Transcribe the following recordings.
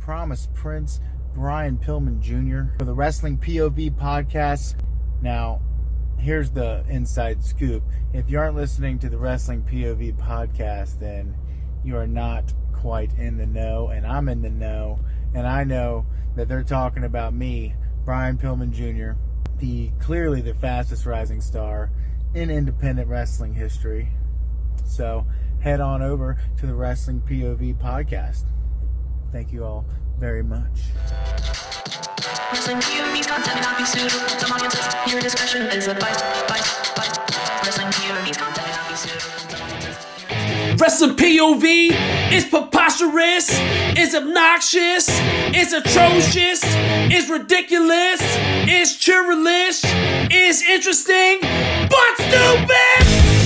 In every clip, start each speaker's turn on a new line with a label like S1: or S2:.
S1: Promise Prince, Brian Pillman Jr. for the Wrestling POV podcast. Now, here's the inside scoop. If you aren't listening to the Wrestling POV podcast, then you are not quite in the know, and I'm in the know, and I know that they're talking about me, Brian Pillman Jr., the clearly the fastest rising star in independent wrestling history. So head on over to the Wrestling POV podcast. Thank you all very much.
S2: Wrestling POV content may not be suitable to audiences. Your discretion is advised. advised, advised. Wrestling POV content may not be suitable to audiences.
S3: Wrestling POV is preposterous, is obnoxious, is atrocious, is ridiculous, is churlish, is interesting, but stupid!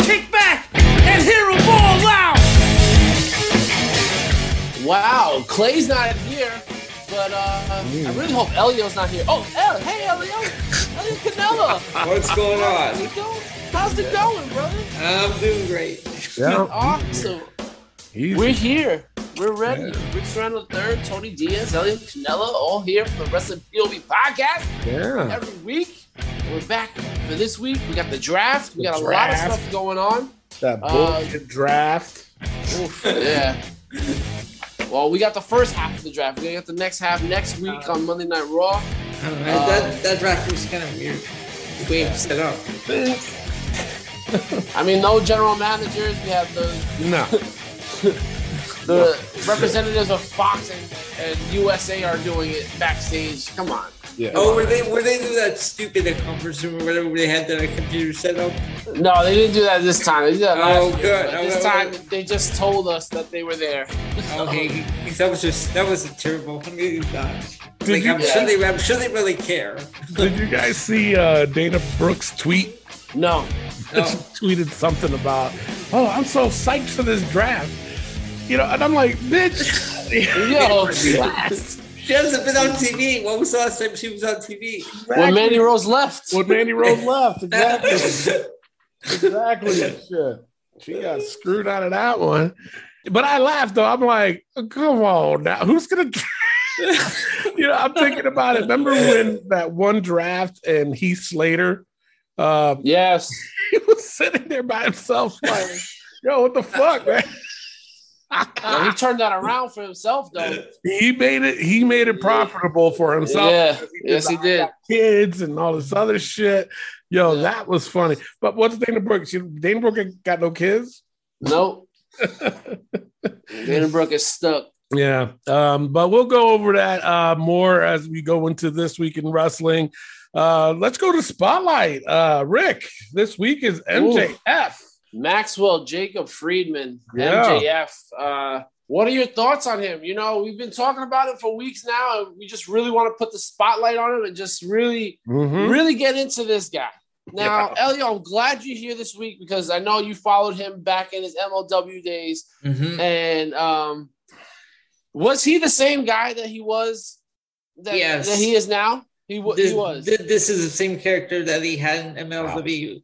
S3: kick back, and hear them all out.
S4: Wow, Clay's not here, but uh, I really hope Elio's not here. Oh, El, hey Elio, Elio Canella,
S5: What's going
S4: how's
S5: on?
S4: it going? How's it going, brother?
S5: I'm doing great.
S4: Awesome. We're here. We're ready. Rick Serrano III, Tony Diaz, Elio Canella, all here for the Wrestling POV podcast
S6: Yeah.
S4: every week. We're back for this week. We got the draft. We got a lot of
S6: draft.
S4: stuff going on.
S6: That bullshit draft.
S4: Uh, Oof, yeah. Well, we got the first half of the draft. We're gonna get the next half next week on Monday Night Raw.
S5: Uh, that, that draft was kind of weird. The way it was set up.
S4: I mean, no general managers. We have the
S6: No.
S4: the representatives of Fox and, and USA are doing it backstage. Come on.
S6: Yeah.
S5: Oh, were they were they do that stupid at conference room or whatever where they had that computer set up?
S4: No, they didn't do that this time. They did that last
S5: Oh,
S4: year,
S5: good.
S4: but
S5: Oh,
S4: This
S5: good,
S4: time
S5: good.
S4: they just told us that they were there.
S5: Okay, that was just that was a terrible. I mean, uh, Like,
S6: you-
S5: I'm sure they I'm sure they really care.
S6: Did you guys see uh, Dana Brooks tweet?
S4: No.
S6: She
S5: No.
S6: tweeted something about, "Oh, I'm so psyched for this draft." You know, and I'm like, "Bitch,
S4: Yo.
S5: She hasn't been on TV. What was the last time she was on TV?
S4: when Mandy Rose left.
S6: what Mandy Rose left exactly,
S5: That's
S6: exactly." Shit. She got screwed out of that one. But I laughed though. I'm like, "Come on now, who's gonna?" you know, I'm thinking about it. Remember when that one draft and Heath Slater? Uh,
S4: Yes.
S6: he was sitting there by himself, like, yo, what the fuck,
S4: Now, he
S6: man?
S4: turned that around for himself, though.
S6: he made it. He made it profitable for himself.
S4: yeah. yes, he did.
S6: Kids and all this other shit. Yo, that was funny. But what's Dana Brooks? You- Dana Brooks ain't got no kids.
S4: Nope. Vandenbrook is stuck.
S6: Yeah, um, but we'll go over that uh, more as we go into this week in wrestling. Uh, let's go to spotlight. Uh, Rick, this week is MJF.
S4: Maxwell Jacob Friedman,
S6: Yeah.
S4: MJF. Uh, what are your thoughts on him? You know, we've been talking about it for weeks now, and we just really want to put the spotlight on him and just really,
S6: Mhm.
S4: really get into this guy. Now, Elio, I'm glad you're here this week because I know you followed him back in his MLW days.
S5: Mm-hmm.
S4: And um, was he the same guy that he was that,
S5: Yes.
S4: that he is now? He, wa-
S5: this,
S4: he was.
S5: thi- this is the same character that he had in MLW.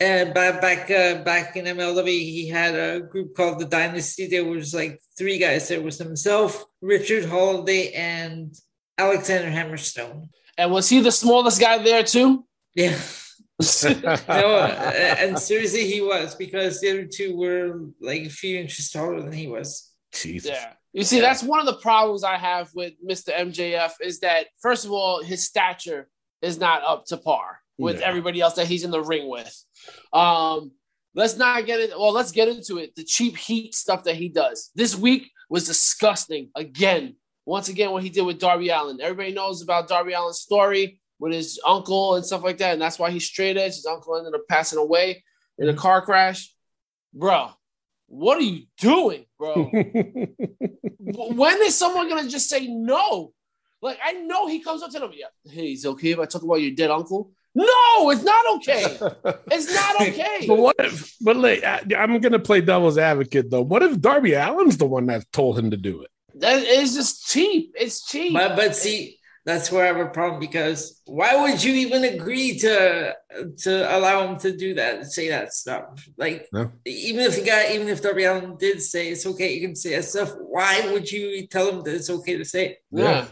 S5: And ba- back uh, back in MLW, he had a group called the Dynasty. There was like three guys. There was himself, Richard Holiday, and Alexander Hammerstone.
S4: and was he the smallest guy there too?
S5: Yeah, no, uh, and seriously, he was because the other two were like a few inches taller than he was.
S6: Jesus.
S4: Yeah. You see, that's one of the problems I have with Mr. MJF is that first of all, his stature is not up to par with
S6: No.
S4: everybody else that he's in the ring with. Um, let's not get it. Well, let's get into it. The cheap heat stuff that he does this week was disgusting. Again, once again, what he did with Darby Allen. Everybody knows about Darby Allen's story with his uncle and stuff like that, and that's why he's straight edge. His uncle ended up passing away in a car crash. Bro, what are you doing, bro? W- when is someone gonna just say no? Like I know he comes up to them. Yeah, hey, is it okay if I talk about your dead uncle? No, it's not okay. it's not okay.
S6: But what if? But like, I, I'm gonna play devil's advocate though. What if Darby Allen's the one that told him to do it?
S4: That is just cheap. It's cheap.
S5: But but see, that's where I have a problem because why would you even agree to to allow him to do that, say that stuff? Like
S6: No.
S5: even if he got even if Darby Allen did say it's okay, you can say that stuff. Why would you tell him that it's okay to say it?
S4: yeah.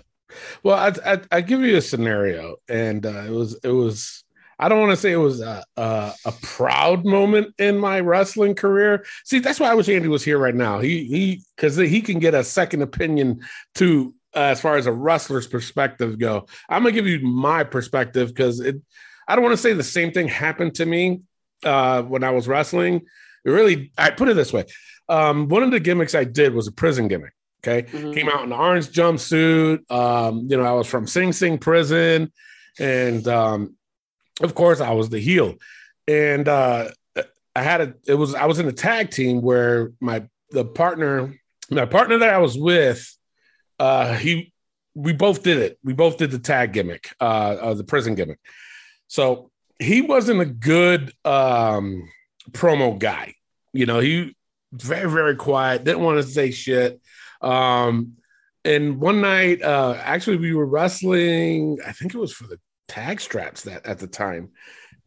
S6: Well, I, I I give you a scenario, and uh, it was it was I don't want to say it was a, a a proud moment in my wrestling career. See, that's why I wish Andy was here right now. He he because he can get a second opinion to uh, as far as a wrestler's perspective go. I'm gonna give you my perspective because it I don't want to say the same thing happened to me uh, when I was wrestling. It really I put it this way. Um, one of the gimmicks I did was a prison gimmick. Okay
S4: Mhm.
S6: came out in an orange jumpsuit. Um, you know, I was from Sing Sing prison, and um, of course, I was the heel. And uh, I had a it was I was in a tag team where my the partner my partner that I was with, uh, he we both did it. We both did the tag gimmick, uh, uh the prison gimmick. So he wasn't a good um promo guy. You know, he very very quiet, didn't want to say shit. Um, and one night, uh, actually, we were wrestling. I think it was for the tag straps that at the time,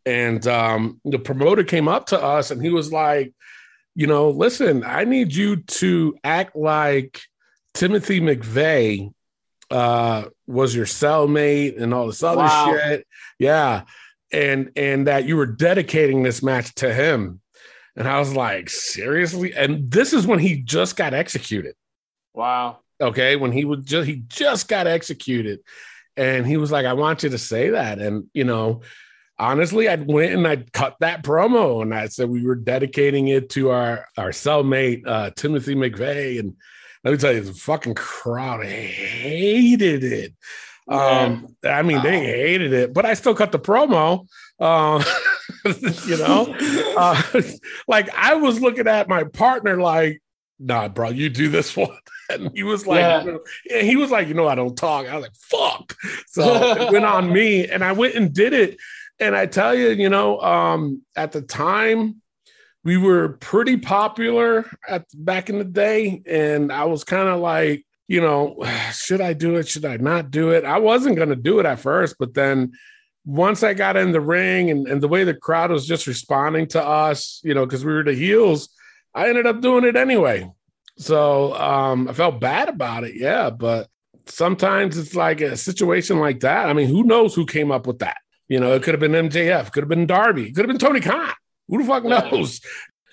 S6: and um, the promoter came up to us and he was like, "You know, listen, I need you to act like Timothy McVeigh uh, was your cellmate and all this other
S4: Wow.
S6: shit, yeah, and and that you were dedicating this match to him." And I was like, seriously? And this is when he just got executed
S4: Wow.
S6: okay when he was just he just got executed and he was like i want you to say that and you know honestly i went and i cut that promo and i said we were dedicating it to our our cellmate uh timothy mcveigh and let me tell you the fucking crowd hated it um i mean they hated it but i still cut the promo um you know uh, like i was looking at my partner like nah bro you do this one and he was like
S4: Yeah.
S6: you know, and he was like you know i don't talk i was like fuck so it went on me and i went and did it and i tell you you know um at the time we were pretty popular at back in the day and i was kind of like you know should i do it should i not do it i wasn't going to do it at first but then once i got in the ring and, and the way the crowd was just responding to us you know because we were the heels i ended up doing it anyway so um i felt bad about it yeah but sometimes it's like a situation like that i mean who knows who came up with that you know it could have been mjf could have been darby could have been tony khan who the fuck
S4: Yeah.
S6: knows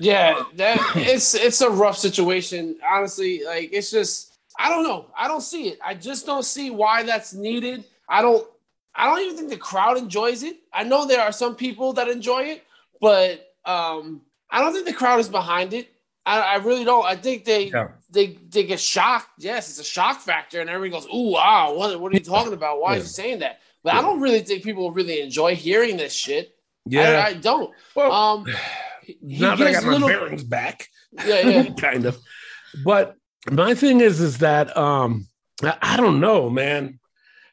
S4: Yeah, that it's it's a rough situation. Honestly, like it's just I don't know. I don't see it. I just don't see why that's needed. I don't I don't even think the crowd enjoys it. I know there are some people that enjoy it, but um I don't think the crowd is behind it. I, I really don't. I think they
S6: Yeah.
S4: they they get shocked. Yes, it's a shock factor, and everybody goes, "Ooh, wow, what, what are you talking about? Why are
S6: Yeah.
S4: you saying that?" But
S6: Yeah.
S4: I don't really think people really enjoy hearing this shit. I, I don't.
S6: well,
S4: Um, he- he
S6: now that I
S4: gives
S6: got my
S4: little-
S6: bearings back,
S4: yeah, yeah.
S6: kind of. But my thing is, is that um, I, I don't know, man.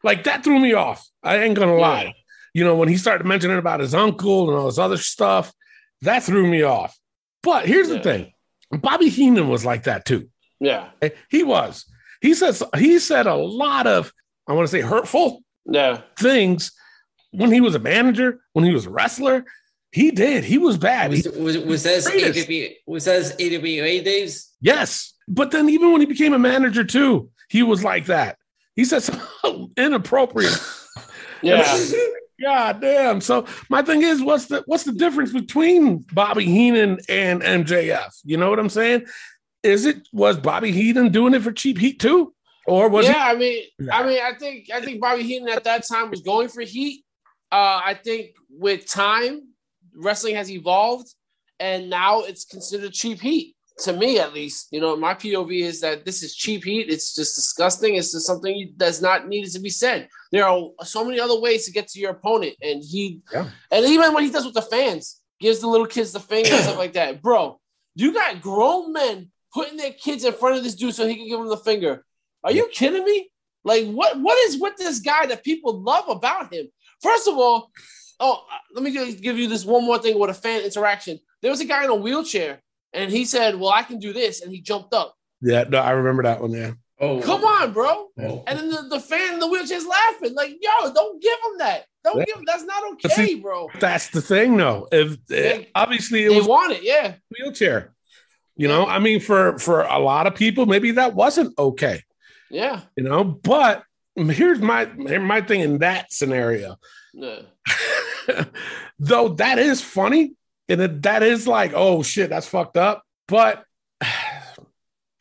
S6: Like that threw me off. I ain't gonna lie.
S4: Yeah.
S6: You know, when he started mentioning about his uncle and all this other stuff, that threw me off. But here's the
S4: Yeah.
S6: thing: Bobby Heenan was like that too. Eh,
S4: Yeah.
S6: He was. He says he said a lot of I want to say hurtful,
S4: Yeah.
S6: things when he was a manager, when he was a wrestler. He did. He was bad.
S5: Was
S6: He-
S5: was, was that his
S6: Greatest.
S5: AW, was that his AWA days?
S6: yes. But then even when he became a manager too, he was like that. He said some inappropriate.
S4: Yeah.
S6: God damn. So my thing is, what's the what's the difference between Bobby Heenan and MJF? You know what I'm saying? Is it was Bobby Heenan doing it for cheap heat too? Or was
S4: yeah, I mean,
S6: Nah.
S4: I mean, I think I think Bobby Heenan at that time was going for heat. Uh, I think with time, wrestling has evolved, and now it's considered cheap heat to me, at least. You know, my POV is that this is cheap heat. It's just disgusting. It's just something that's not needed to be said. There are so many other ways to get to your opponent, and he,
S6: Yeah.
S4: and even what he does with the fans, gives the little kids the finger and stuff like that, bro. You got grown men putting their kids in front of this dude so he can give them the finger. Are you kidding me? Like, what what is with this guy that people love about him? First of all, oh, let me gi- give you this one more thing with a fan interaction. There was a guy in a wheelchair, and he said, "Well, I can do this," and he jumped up.
S6: Yeah, no, I remember that one. Yeah.
S5: Oh,
S4: Come on, bro!
S5: Oh.
S4: And then the, the fan in the wheelchair's laughing. Like, yo, don't give him that. Don't
S6: Yeah.
S4: give him. That's not
S6: That's
S4: okay, bro.
S6: That's the thing, though. If eh,
S4: Yeah.
S6: obviously it
S4: They
S6: was
S4: want it, yeah.
S6: wheelchair, you know. I mean, for for a lot of people, maybe that wasn't okay,
S4: Yeah.
S6: you know. But here's my here's my thing in that scenario.
S4: Yeah.
S6: Though that is funny, and it, that is like, oh shit, that's fucked up. But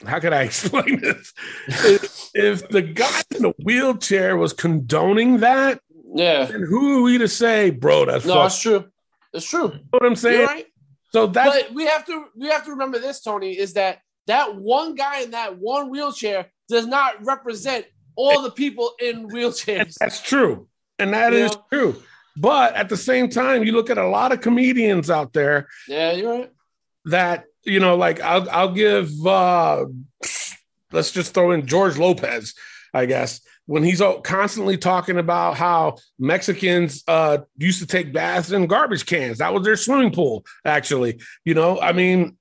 S6: how can I explain this? if, if the guy in the wheelchair was condoning that,
S4: Yeah.
S6: then who are we to say, bro? That's
S4: No,
S6: fucked.
S4: it's true. It's true.
S6: You know what I'm saying.
S4: You're right.
S6: So that's
S4: but we have to we have to remember this, Tony, is that that one guy in that one wheelchair does not represent all the people in wheelchairs.
S6: That's true. And that
S4: You
S6: is
S4: know?
S6: true. But at the same time, you look at a lot of comedians out there
S4: Yeah, you're right.
S6: that, you know, like I'll I'll give uh let's just throw in George Lopez, I guess, when he's all- constantly talking about how Mexicans uh used to take baths in garbage cans. That was their swimming pool, actually. You know, I mean,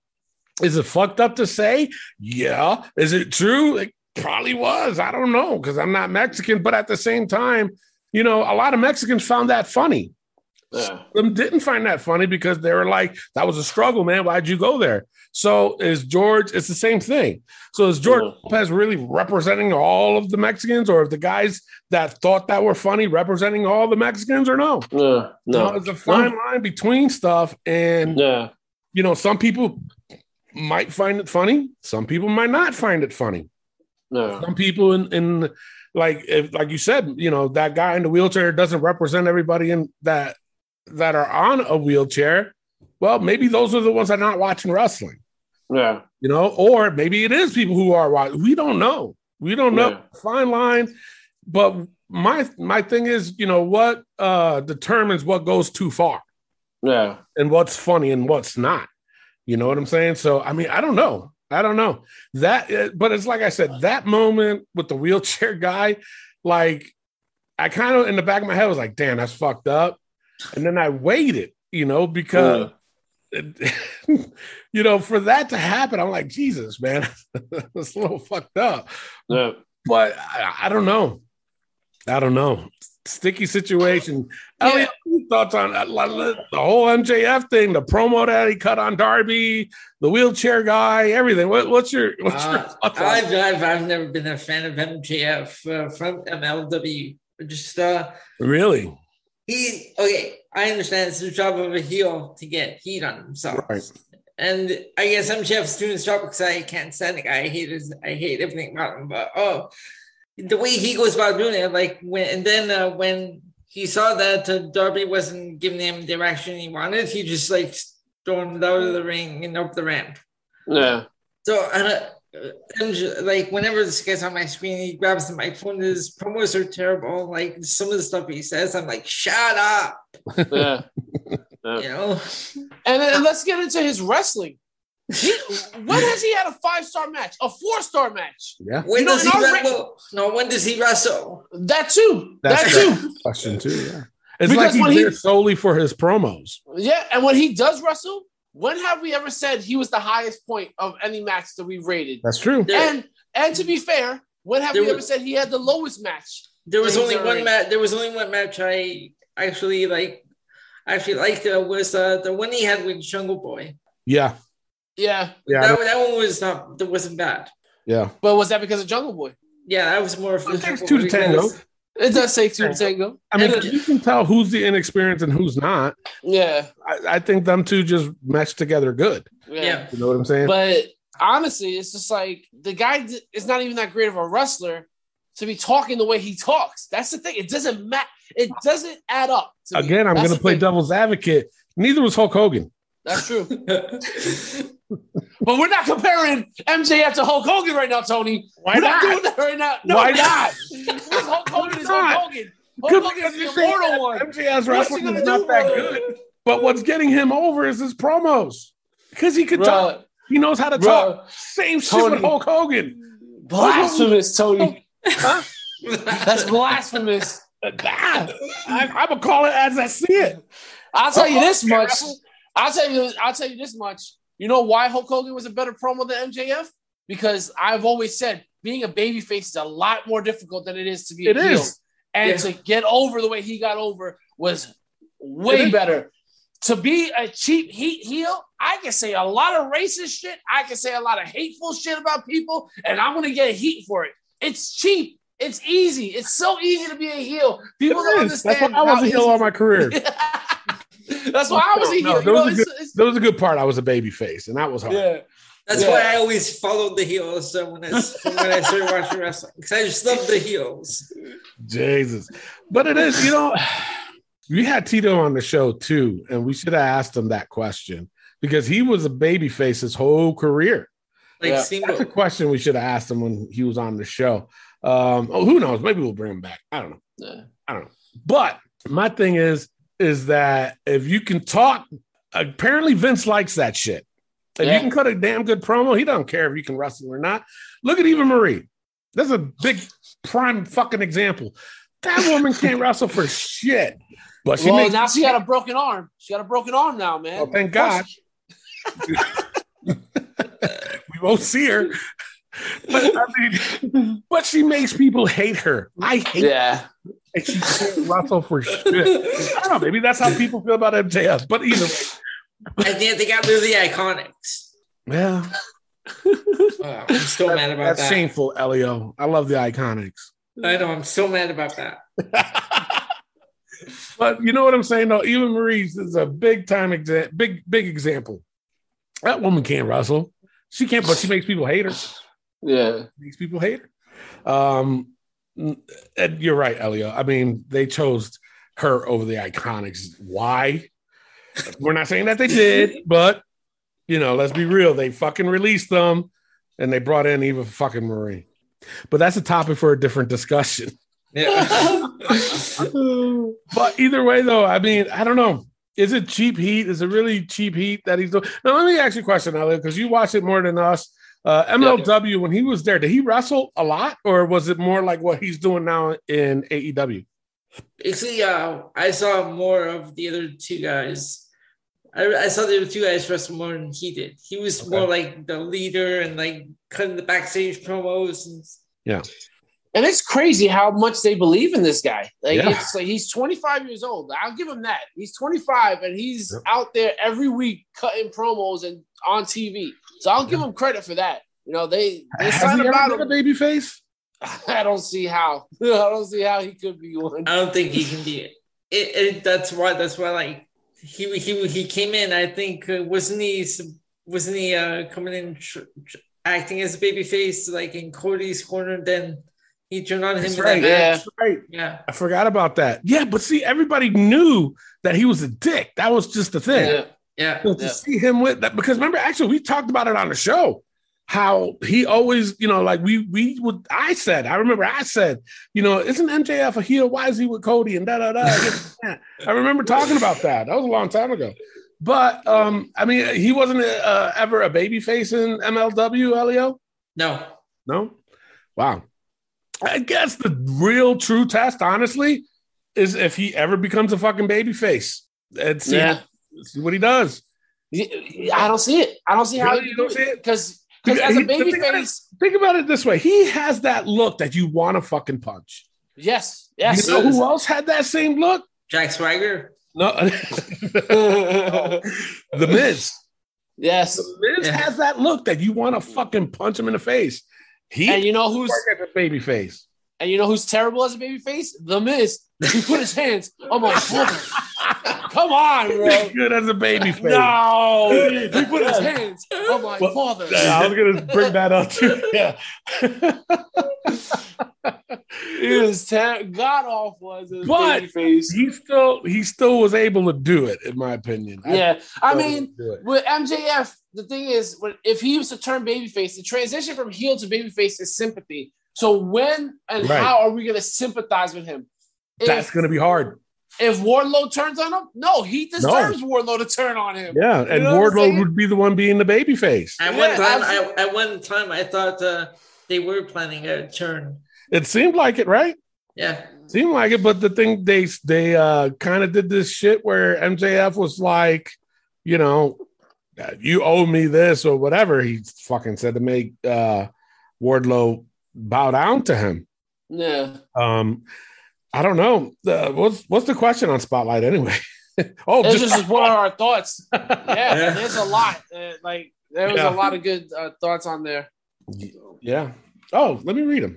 S6: is it fucked up to say? Yeah. Is it true? It probably was. I don't know because I'm not Mexican, but at the same time, you know, a lot of Mexicans found that funny.
S4: Yeah.
S6: Them didn't find that funny because they were like, "That was a struggle, man. Why'd you go there?" So is George? It's the same thing. So is George
S4: Yeah.
S6: Lopez really representing all of the Mexicans, or the guys that thought that were funny representing all the Mexicans, or no?
S4: Yeah.
S6: No, there's a fine line between stuff, and
S4: Yeah.
S6: you know, some people might find it funny, some people might not find it funny.
S4: No.
S6: Some people in in like if like you said, you know, that guy in the wheelchair doesn't represent everybody in that that are on a wheelchair. Well, maybe those are the ones that are not watching wrestling,
S4: Yeah.
S6: you know, or maybe it is people who are watching. We don't know. We don't know. Fine line. But my my thing is, you know, what uh determines what goes too far
S4: Yeah.
S6: and what's funny and what's not. You know what I'm saying? So I mean, I don't know. I don't know that, uh, but it's like I said, that moment with the wheelchair guy, like I kind of in the back of my head was like, damn, that's fucked up. And then I waited, you know, because you know, for that to happen, I'm like, Jesus, man, that's a little fucked up.
S4: Yeah.
S6: But I, I don't know. I don't know. Sticky situation. Elliot, what are your thoughts on uh, la- la- the whole MJF thing, the promo that he cut on Darby, the wheelchair guy, everything. What, what's your what's your
S5: Uh,
S6: thoughts on it?
S5: I've, I've, I've never been a fan of MJF uh, from MLW. Just uh,
S6: really?
S5: he okay. I understand it's the job of a heel to get heat on himself,
S6: Right.
S5: and I guess MJF's doing his job because I can't stand the guy. I hate his, I hate everything about him. But oh, the way he goes about doing it, like when and then uh, when he saw that uh, Darby wasn't giving him the direction he wanted, he just like stormed out of the ring and up the ramp.
S4: Yeah.
S5: So I don't, uh, I'm just, like whenever this guy's on my screen, he grabs the microphone. His promos are terrible. Like some of the stuff he says, I'm like, shut up,
S4: Yeah.
S5: you know.
S4: And then let's get into his wrestling. He, when has he had a five star match? A four star match?
S6: Yeah.
S5: When
S4: You know,
S5: does
S4: and
S5: he
S4: our
S5: wrestle? No, when does he wrestle?
S4: That too.
S6: That's
S4: that too.
S6: Question too. Yeah. It's
S4: Because
S6: like he's
S4: when he-
S6: there solely for his promos.
S4: Yeah, and when he does wrestle, when have we ever said he was the highest point of any match that we rated?
S6: That's true.
S5: There,
S4: And and to be fair, when have
S5: There
S4: we
S5: was-
S4: ever said he had the lowest match?
S5: there was
S4: He's
S5: only one
S4: already-
S5: match. There was only one match I actually like. Actually, liked uh, was uh, the one he had with Jungle Boy.
S6: Yeah.
S4: Yeah,
S6: Yeah. I
S5: That,
S6: don't-
S5: one- that one was not. That wasn't bad.
S6: yeah.
S4: but was that because of Jungle Boy?
S5: Yeah, that was more. of
S6: It takes
S5: Jungle
S6: two to
S5: Boy
S6: tango.
S5: because-
S4: It does say two to tango.
S6: I mean,
S4: And-
S6: 'cause you can tell who's the inexperienced and who's not.
S4: Yeah,
S6: I, I think them two just meshed together good.
S4: yeah.
S5: Yeah,
S6: You know what I'm saying?
S4: But honestly, it's just like the guy d- is not even that great of a wrestler to be talking the way he talks. That's the thing. It doesn't match. It doesn't add up. to me.
S6: Again, I'm
S4: That's
S6: going to
S4: the
S6: play
S4: thing.
S6: devil's advocate. Neither was Hulk Hogan.
S4: That's true. But we're not comparing MJF to Hulk Hogan right now, Tony.
S6: Why
S4: we're not?
S6: not?
S4: doing that right now.
S6: Why
S4: we're
S6: not?
S4: Because Hulk Hogan is Hulk
S6: Why not?
S4: Hogan. Hulk Hogan
S6: Because
S4: is the
S6: you're saying
S4: immortal
S6: that
S4: one.
S6: MJF's
S4: What's he
S6: wrestling
S4: gonna
S6: is not
S4: do,
S6: that
S4: bro?
S6: good. But what's getting him over is his promos. Because he could talk.
S4: Bro,
S6: He knows how to
S4: bro,
S6: talk. Same shit
S4: Tony.
S6: with Hulk Hogan.
S4: blasphemous, Tony. That's blasphemous.
S6: I, I'm gonna call it as I see it.
S4: I'll tell you this much. I'll tell you. I'll tell you this much. You know why Hulk Hogan was a better promo than MJF? Because I've always said being a babyface is a lot more difficult than it is to be
S6: It
S4: a heel.
S6: is.
S4: And
S5: Yeah.
S4: to get over the way he got over was way
S6: is.
S4: better. To be a cheap heat heel, I can say a lot of racist shit. I can say a lot of hateful shit about people, and I'm gonna get heat for it. It's cheap. It's easy. It's so easy to be a heel. People
S6: It
S4: don't
S6: is. That's
S4: understand.
S6: why I
S4: how
S6: was a heel
S4: easy-
S6: all my career.
S4: That's why I was a heel.
S6: No,
S4: You know,
S6: those are
S4: it's- it's-
S6: That was a good part. I was a baby face, and that was hard.
S4: yeah.
S5: That's
S4: Yeah.
S5: why I always followed the heels uh, when I from when I started watching wrestling because I just love the heels.
S6: Jesus. But it is, you know, we had Tito on the show too, and we should have asked him that question because he was a baby face his whole career.
S5: Like
S4: Yeah.
S6: That's a
S5: Steamboat.
S6: question we should have asked him when he was on the show. Um, oh, who knows? Maybe we'll bring him back. I don't know.
S4: Yeah.
S6: I don't know. But my thing is, is that if you can talk, apparently Vince likes that shit. If
S4: Yeah.
S6: you can cut a damn good promo, he don't care if you can wrestle or not. Look at Eva Marie. That's a big prime fucking example. That woman can't wrestle for shit, but she
S4: well,
S6: makes.
S4: now she got a broken arm. She got a broken arm now, man.
S6: well, thank God. we won't see her, but I mean, but she makes people hate her. I hate
S4: Yeah.
S6: and she can't wrestle for shit. I don't know. Maybe that's how people feel about MJF. But either way,
S5: I think they got rid of the iconics.
S6: yeah,
S5: Oh, I'm so mad about
S6: that's
S5: that.
S6: shameful, Elio. I love the Iconics.
S5: I know. I'm so mad about that.
S6: but you know what I'm saying? though? Eva Marie's is a big time exa- big big example. That woman can't wrestle. She can't, but she makes people hate her.
S4: Yeah.
S6: Makes people hate her. Um, and you're right, Elio. I mean, they chose her over the Iconics. Why? We're not saying that they did, but you know, let's be real. They fucking released them, and they brought in Eva fucking Marie. But that's a topic for a different discussion.
S5: Yeah.
S6: But either way, though, I mean, I don't know. Is it cheap heat? Is it really cheap heat that he's doing? Now, let me ask you a question, Elliot, because you watch it more than us. Uh, MLW, when he was there, did he wrestle a lot, or was it more like what he's doing now in E AEW?
S5: Actually, uh, I saw more of the other two guys. I, I saw the other two guys wrestle more than he did. He was more like the leader and like cutting the backstage promos. And
S4: And it's crazy how much they believe in this guy. Like
S6: Yeah.
S4: it's like he's 25 years old. I'll give him that. He's 25 and he's
S6: Yep.
S4: out there every week cutting promos and on TV. So I'll give him credit for that. You know, they they
S6: Has
S4: signed
S6: he
S4: about
S6: ever been a
S4: him.
S6: baby face?
S4: I don't see how. I don't see how he could be one.
S6: Uh,
S5: I don't think he can be it. it, it that's why. That's why. Like he he he came in. I think uh, wasn't he s- wasn't he uh, coming in tr- tr- acting as a babyface like in Cody's corner? Then he turned on him. in that
S6: right,
S5: match.
S4: Yeah.
S6: Right.
S5: yeah.
S6: I forgot about that. Yeah, but see, everybody knew that he was a dick. That was just the thing.
S4: Yeah.
S5: Yeah.
S6: So to
S4: Yeah.
S6: see him with that, because remember, actually, we talked about it on the show. How he always, you know, like we we would. I said, I remember, I said, you know, isn't MJF a heel? Why is he with Cody? And da da da. this and that. I remember talking about that. That was a long time ago. But um, I mean, he wasn't uh, ever a babyface in MLW, Elio.
S5: No.
S6: E No? Wow. I guess the real true test, honestly, is if he ever becomes a fucking babyface. And see,
S4: Yeah.
S6: see what he does.
S4: I don't see it. I don't see how
S6: Really?
S4: he
S6: You don't
S4: could do
S6: see
S4: it.
S6: it?
S4: Because as a
S6: He- the thing
S4: baby
S6: about it-
S4: face,
S6: Think about it this way. He has that look that you want to fucking punch.
S4: yes, yes.
S6: You know who else had that same look?
S5: Jack Swagger.
S6: No. the Miz.
S4: Yes.
S6: The Miz
S5: Yeah.
S6: has that look that you want to fucking punch him in the face. He
S4: And you know who's
S6: worked as a baby face.
S4: and you know who's terrible as a baby face? The Miz. He put his hands on my shoulder. Come on, bro.
S6: Good as a baby face.
S4: No. He put his hands on my
S6: Well,
S4: father.
S6: Yeah, I was gonna bring that up too. Yeah.
S4: He was ter- god awful as a
S6: But-
S4: baby face.
S6: he still he still was able to do it, in my opinion.
S4: Yeah. I
S6: still
S4: mean,
S6: do it.
S4: with MJF, the thing is, when, if he was to turn babyface, the transition from heel to babyface is sympathy. So when and
S6: Right.
S4: how are we going to sympathize with him?
S6: that's
S4: If-
S6: gonna be hard.
S4: If Wardlow turns on him, no, he deserves Wardlow to turn on him.
S6: Yeah, and
S4: know what I'm
S6: Wardlow
S4: saying?
S6: would be the one being the baby face.
S5: At
S4: Yeah,
S5: one time, I,
S4: absolutely.
S5: at one time, I thought uh, they were planning a turn.
S6: It seemed like it, right?
S5: Yeah.
S6: Seemed like it, but the thing they they uh kind of did this shit where MJF was like, you know, "Uh, you owe me this or whatever. He fucking said to make uh Wardlow bow down to him.
S4: Yeah.
S6: Um, I don't know. Uh, what's what's the question on Spotlight anyway? oh,
S4: This
S6: just,
S4: is just one of our thoughts. Yeah, there's a lot. Uh, like there was
S6: Yeah.
S4: a lot of good uh, thoughts on there.
S6: yeah. Oh, let me read him.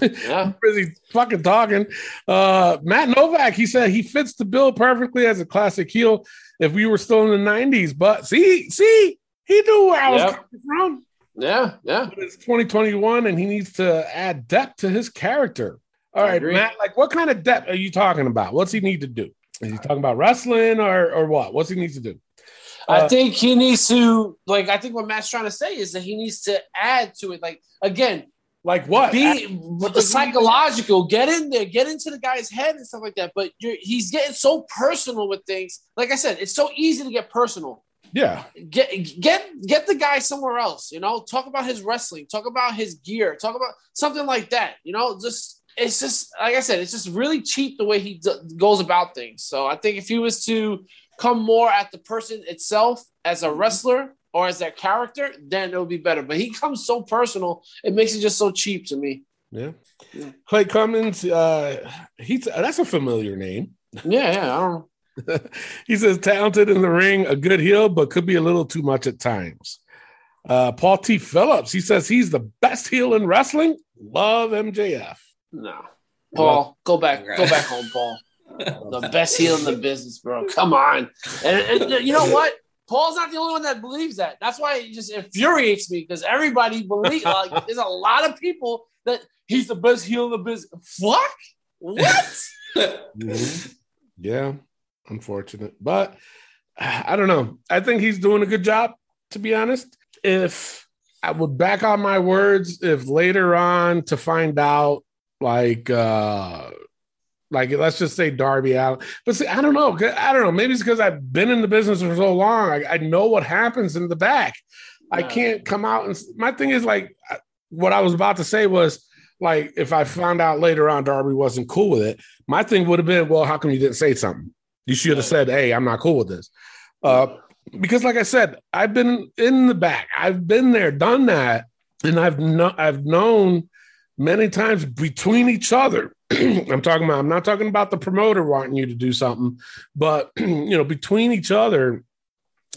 S4: Yeah.
S6: busy fucking talking. Uh, Matt Novak, he said he fits the bill perfectly as a classic heel. If we were still in the '90s, but see, see, he knew where I was
S4: Yep.
S6: coming from.
S4: Yeah. Yeah.
S6: But it's 2021, and he needs to add depth to his character. All
S4: I
S6: right,
S4: agree.
S6: Matt. Like, what kind of depth are you talking about? What's he need to do? Is he talking about wrestling or or what? What's he need to do?
S4: I
S6: Uh,
S4: think he needs to like I think what Matt's trying to say is that he needs to add to it. Like again,
S6: Like what?
S4: be with the psychological, get in there, get into the guy's head and stuff like that. But you're, he's getting so personal with things. Like I said, it's so easy to get personal.
S6: yeah,
S4: get get get the guy somewhere else you know talk about his wrestling talk about his gear talk about something like that you know just it's just like i said it's just really cheap the way he d- goes about things so i think if he was to come more at the person itself as a wrestler or as their character then it would be better but he comes so personal it makes it just so cheap to me
S6: yeah. Clay Cummins, uh, he's that's a familiar name.
S4: yeah yeah i don't know
S6: he says talented in the ring, a good heel, but could be a little too much at times. Uh, Paul T. Phillips, he says he's the best heel in wrestling. Love MJF.
S4: no paul go back go back home paul the best heel in the business, bro. Come on. And, and you know what? Paul's not the only one that believes that. That's why it just infuriates me because everybody believes, like, there's a lot of people that he's the best heel in the business. Fuck? What?
S6: Mm-hmm. Yeah, unfortunate, but I don't know. I think he's doing a good job, to be honest. If I would back on my words, if later on to find out, like, uh, like let's just say Darby Allen, but see, I don't know. 'cause- I don't know. Maybe it's because I've been in the business for so long. I, I know what happens in the back. I
S4: Yeah.
S6: can't come out and s- my thing is like I- what I was about to say was like if I found out later on Darby wasn't cool with it, my thing would have been, well, how come you didn't say something? You should have said, hey, I'm not cool with this. Uh, because like I said, I've been in the back. I've been there, done that, and I've no, I've known many times between each other. I'm talking about. I'm not talking about the promoter wanting you to do something, but you know, between each other,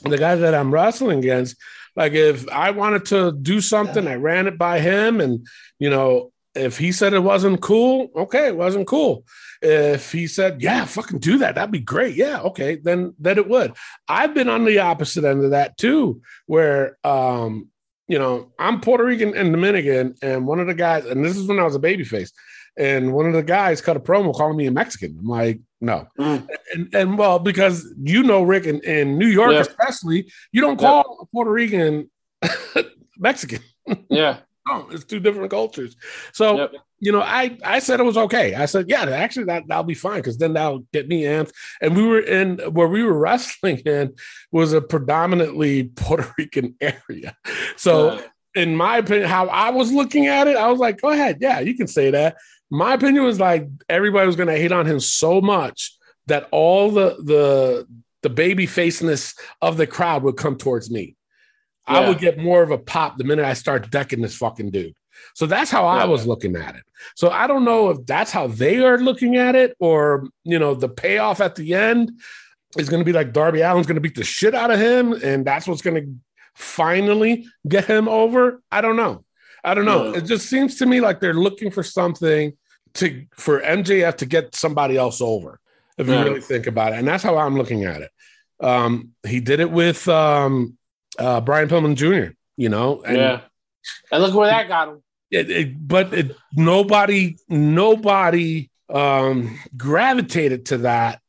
S6: the guy that I'm wrestling against. Like if I wanted to do something, I ran it by him, and you know, if he said it wasn't cool, okay, it wasn't cool. If he said, "Yeah, fucking do that," that'd be great. Yeah, okay, then then it would. I've been on the opposite end of that too, where um, you know, I'm Puerto Rican and Dominican, and one of the guys, and this is when I was a babyface, and one of the guys cut a promo calling me a Mexican. I'm like, no,
S4: Mm.
S6: and, and well, because you know, Rick, in, in New York
S4: Yeah.
S6: especially, you don't call a Puerto Rican Mexican.
S4: Yeah.
S6: No, it's two different cultures. So
S4: Yep.
S6: you know, I I said it was okay. I said, yeah, actually that that'll be fine because then that'll get me amped. And we were in where we were wrestling in was a predominantly Puerto Rican area. So
S4: Uh,
S6: in my opinion, how I was looking at it, I was like, go ahead, yeah, you can say that. My opinion was like everybody was gonna hate on him so much that all the the the baby faceness of the crowd would come towards me. I
S4: Yeah.
S6: would get more of a pop the minute I start decking this fucking dude. So that's how I
S4: Yeah.
S6: was looking at it. So I don't know if that's how they are looking at it, or you know, the payoff at the end is going to be like Darby Allen's going to beat the shit out of him, and that's what's going to finally get him over. I don't know. I don't know.
S4: No.
S6: It just seems to me like they're looking for something to for MJF to get somebody else over. If you
S4: Yeah.
S6: really think about it, and that's how I'm looking at it. Um, he did it with um, uh, Brian Pillman Jr. You know, and
S4: yeah. And look where that got him.
S6: it, it, but it, nobody nobody um gravitated to that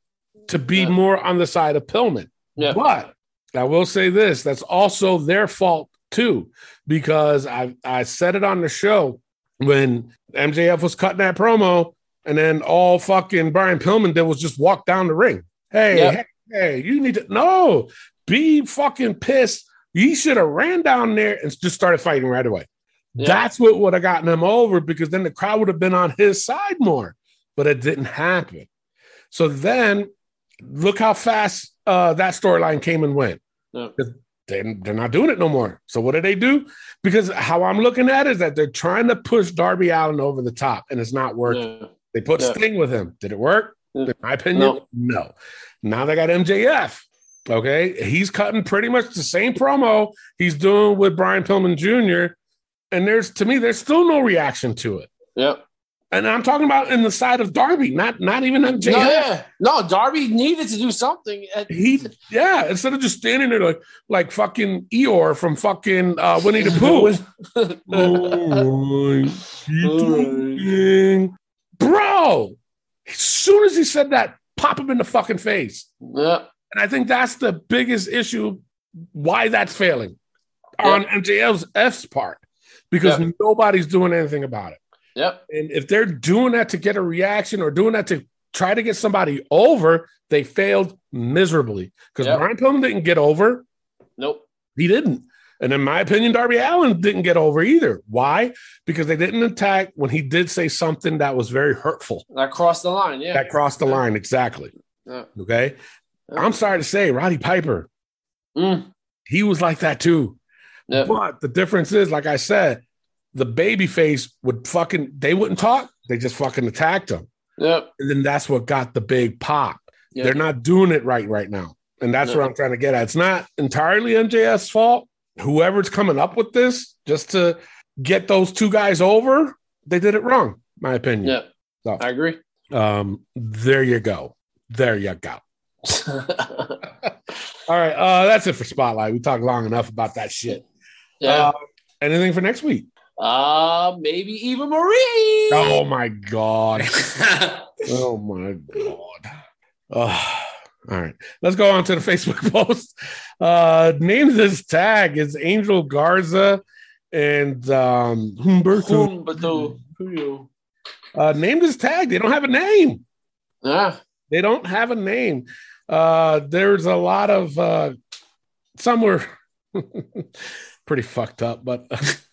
S6: to be
S4: Yeah.
S6: more on the side of Pillman.
S4: Yeah.
S6: But I will say this: that's also their fault too, because I I said it on the show when MJF was cutting that promo, and then all fucking Brian Pillman did was just walk down the ring. Hey,
S4: Yeah.
S6: hey, hey, you need to no be fucking pissed. You should have ran down there and just started fighting right away.
S4: Yeah.
S6: That's what would have gotten him over because then the crowd would have been on his side more, but it didn't happen. So then look how fast uh, that storyline came and went.
S4: Yeah.
S6: They, they're not doing it no more. So what do they do? Because how I'm looking at it is that they're trying to push Darby Allen over the top and it's not working.
S4: Yeah.
S6: They put
S4: Yeah.
S6: Sting with him. Did it work?
S4: Yeah.
S6: In my opinion,
S4: No.
S6: no. Now they got MJF. Okay. He's cutting pretty much the same promo he's doing with Brian Pillman Jr. And there's to me, there's still no reaction to it.
S4: Yep.
S6: And I'm talking about in the side of Darby, not not even MJF.
S4: No, yeah. No, Darby needed to do something. And-
S6: He yeah, instead of just standing there like like fucking Eeyore from fucking uh Winnie the Pooh. Oh, she talking. Bro, as soon as he said that, pop him in the fucking face.
S4: yeah.
S6: And I think that's the biggest issue why that's failing on MJF's F's part because
S4: Yeah.
S6: nobody's doing anything about it.
S4: Yep.
S6: And if they're doing that to get a reaction or doing that to try to get somebody over, they failed miserably because
S4: Yeah.
S6: Brian Pillman didn't get over.
S4: Nope.
S6: He didn't. And in my opinion, Darby Allen didn't get over either. Why? Because they didn't attack when he did say something that was very hurtful.
S4: That crossed the line. Yeah.
S6: That crossed the line exactly.
S4: Yeah.
S6: Okay.
S4: Yeah.
S6: I'm sorry to say, Roddy Piper,
S4: Mm.
S6: he was like that too.
S4: Yeah.
S6: But the difference is, like I said, the baby face would fucking they wouldn't talk. They just fucking attacked him.
S4: Yep.
S6: And then that's what got the big pop.
S4: Yeah.
S6: They're not doing it right right now. And that's
S4: Yeah.
S6: what I'm trying to get at. It's not entirely MJF's fault. Whoever's coming up with this just to get those two guys over, they did it wrong, my opinion.
S4: Yep. I agree.
S6: Um, there you go. There you go. All right. Uh, that's it for Spotlight. We talked long enough about that shit.
S4: yeah.
S6: Uh, anything for next week?
S4: Uh, maybe Eva Marie.
S6: Oh my God.
S5: yeah.
S6: Oh my god. Ugh. all right. Let's go on to the Facebook post. Uh name of this tag is Angel Garza and um Humberto.
S4: Whom but though who you?
S6: Uh name this tag. They don't have a name.
S4: Yeah.
S6: They don't have a name. Uh there's a lot of uh some were pretty fucked up, but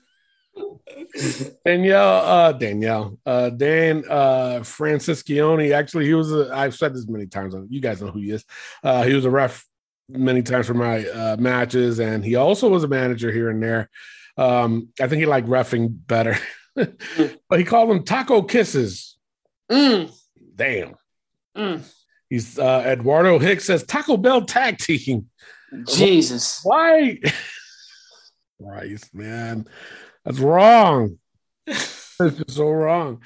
S6: Danielle, uh, Danielle, uh, Dan, uh, Franciscione. Actually, he was. A, I've said this many times. You guys know who he is. Uh, he was a ref many times for my uh, matches, and he also was a manager here and there. Um, I think he liked refing better, but he called them taco kisses.
S4: Mm.
S6: Damn.
S4: Mm.
S6: He's uh, Eduardo Hicks says Taco Bell tag team.
S4: Jesus.
S6: Why? Christ, man. That's wrong. That's just so wrong.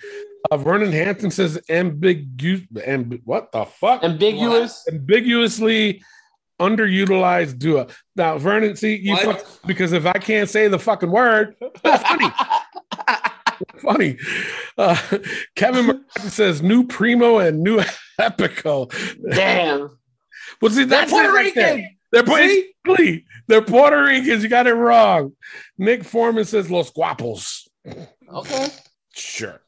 S6: Uh, Vernon Hampton says ambiguous. Amb- what the fuck?
S4: Ambiguous.
S6: Ambiguously underutilized duo. Now, Vernon, see, you
S5: What?
S6: fuck, because if I can't say the fucking word, not funny. funny. Uh, Kevin McCarthy says new primo and new epico.
S4: Damn.
S6: Well, see, that's
S4: Puerto
S6: it right there.
S4: Rican.
S6: They're Puerto Exactly. They're Puerto Ricans. You got it wrong. Nick Foreman says Los Guapos.
S4: Okay.
S6: Sure.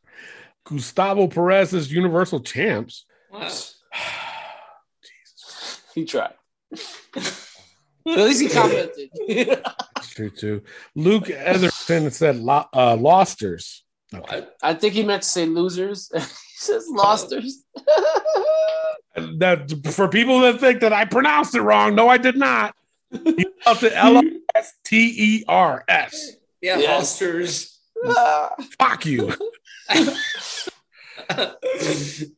S6: Gustavo Perez is Universal Champs.
S5: Wow.
S4: He tried. At least he commented.
S6: That's true too. Luke Etherton said lo- uh, Losters.
S4: I think he meant to say losers. he says losters.
S6: And That for people that think that I pronounced it wrong, no, I did not. You spelled it L O S T E R S.
S5: Yeah,
S4: Yes.
S5: Ulsters.
S6: Fuck you.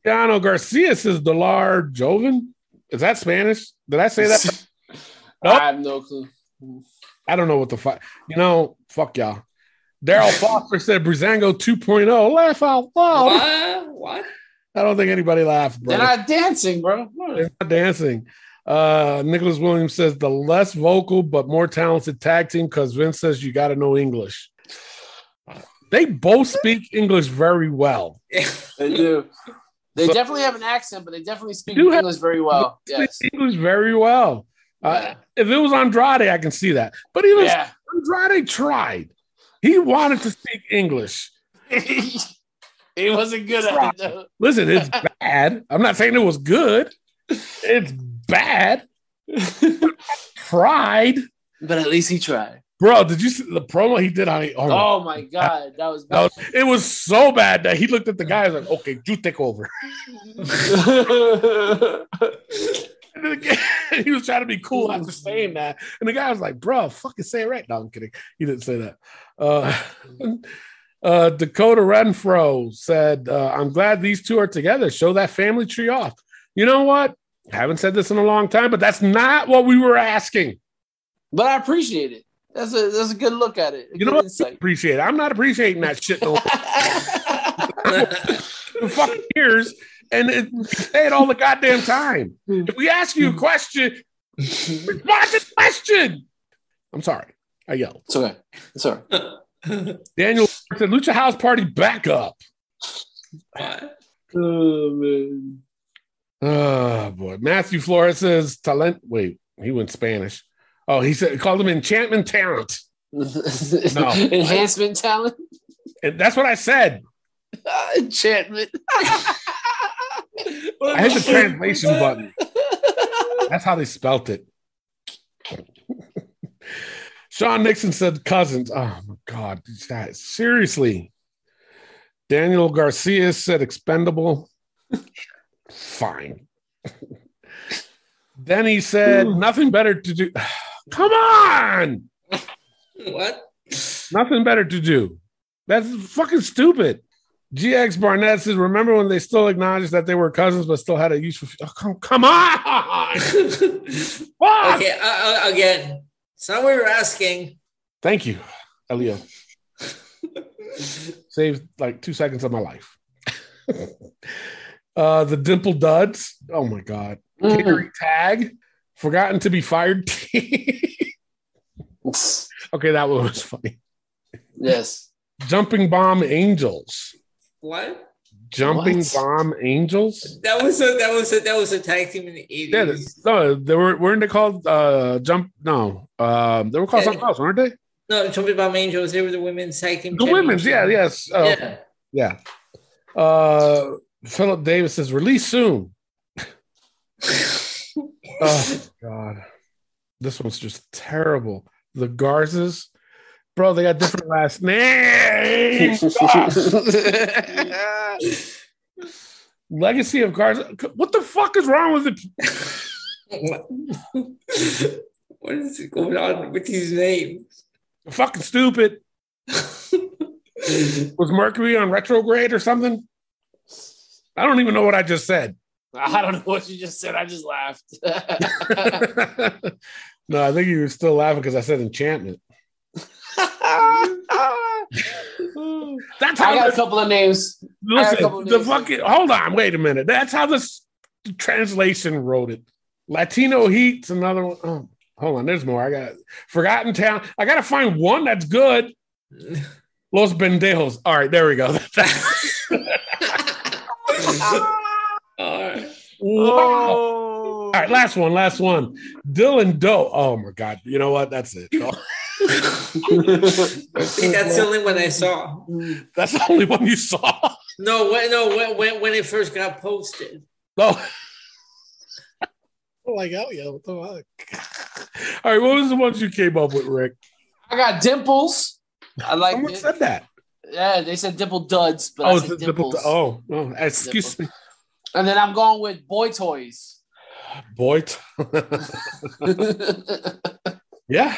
S6: Dano Garcia says Delar Joven. Is that Spanish? Did I say that?
S4: I have no clue.
S6: I don't know what the fuck. You know, fuck y'all. Daryl Foster said Brizango 2.0. Laugh out loud.
S5: What? What?
S6: I don't think anybody laughed, bro.
S4: They're not dancing, bro.
S6: They're not dancing. Uh, Nicholas Williams says the less vocal but more talented tag team because Vince says you got to know English. They both speak English very well.
S4: They do. They
S6: So-
S4: definitely have an accent, but they definitely speak
S6: do have-
S4: English very well. Yes.
S6: Speak English very well. Uh, if it was Andrade, I can see that. But even
S4: Yeah.
S6: Andrade tried. He wanted to speak English.
S4: he wasn't good at it. though.
S6: Listen, it's bad. I'm not saying it was good. It's bad. Pride.
S4: But at least he tried.
S6: Bro, did you see the promo he did on it? Oh,
S4: Oh my god, that was
S6: that was- it was so bad that he looked at the guy and was like, okay, you take over. And then again, he was trying to be cool after saying that. And the guy was like, bro, fucking say it right. No, I'm kidding. He didn't say that. Uh, uh, Dakota Renfro said, uh, I'm glad these two are together. Show that family tree off. You know what? Haven't said this in a long time, but that's not what we were asking.
S4: but I appreciate it. That's a that's a good look at it. A
S6: You
S4: good
S6: know what?
S4: insight.
S6: Appreciate it. I'm not appreciating that shit no for fucking years, and it, you say it all the goddamn time. If we ask you a question, respond to the question. I'm sorry. I yelled.
S4: it's okay. It's all right.
S6: Daniel said, Lucha House Party back up.
S4: Oh man.
S6: Oh, boy. Matthew Flores says, Talent. Wait, he went Spanish. Oh, he said, called him Enchantment Talent.
S4: Enhancement talent?
S6: And that's what I said.
S4: enchantment.
S6: I hit the translation button. That's how they spelt it. Sean Nixon said cousins. Oh my God. is that- seriously. Daniel Garcia said expendable. Fine. then he said nothing better to do. Come on.
S5: What?
S6: Nothing better to do. That's fucking stupid. GX Barnett says, remember when they still acknowledged that they were cousins but still had a useful. Oh, come, come on.
S5: okay,
S6: Fuck!
S5: uh, uh, again, it's not what we're asking.
S6: Thank you, Elio. Saved like two seconds of my life. uh, the Dimple Duds. Oh my God.
S4: Mm.
S6: Kickery Tag. Forgotten to be fired. okay, that one was funny.
S4: Mm. yes.
S6: Jumping Bomb Angels.
S5: What?
S6: Jumping
S4: What?
S6: Bomb Angels.
S5: That was a that was a that was a tag team in the
S6: Yeah,
S5: eighties.
S6: that's- no, they were weren't they called uh jump? No, um, they were called something else, weren't they?
S5: No, talking about Angels. They were the women's tag team.
S6: The women's, yeah,
S5: championship.
S6: yes. Uh,
S5: yeah.
S6: Yeah. Uh, Philip Davis says release soon. oh God, this one's just terrible. The Garzas, bro, they got different last names. Legacy of Garza. What the fuck is wrong with it?
S5: What? what is going on with these names?
S6: Fucking stupid. Was Mercury on retrograde or something? I don't even know what I just said.
S4: I don't know what you just said. I just laughed.
S6: Uh-uh. no, I think you were still laughing because I said enchantment. That's
S4: I
S6: how.
S4: got a
S6: The,
S4: couple of names. I got a couple
S6: listen,
S4: of
S6: the
S4: names.
S6: fucking hold on, wait a minute. That's how this translation wrote it. Latino Heat's another one. Oh, hold on, there's more. I got Forgotten Town. I gotta find one that's good. Los Bendejos. All right, there we go.
S5: All right.
S6: wow. All right, last one, last one. Dylan Doe. Oh my God. You know what? That's it.
S5: See, that's the only one I saw.
S6: That's the only one you saw.
S5: No, when, no, when, when, when it first got posted.
S6: No. like, oh yeah, what the fuck? All right, what was the ones you came up with, Rick?
S4: I got dimples. I like
S6: Someone
S4: it.
S6: said that.
S4: Yeah, they said dimple duds, but
S6: Oh,
S4: I
S6: it's
S4: said
S6: the, the,
S4: dimples.
S6: oh, oh, excuse me,
S4: And then I'm going with boy toys.
S6: boy.
S4: Bro,
S6: yeah,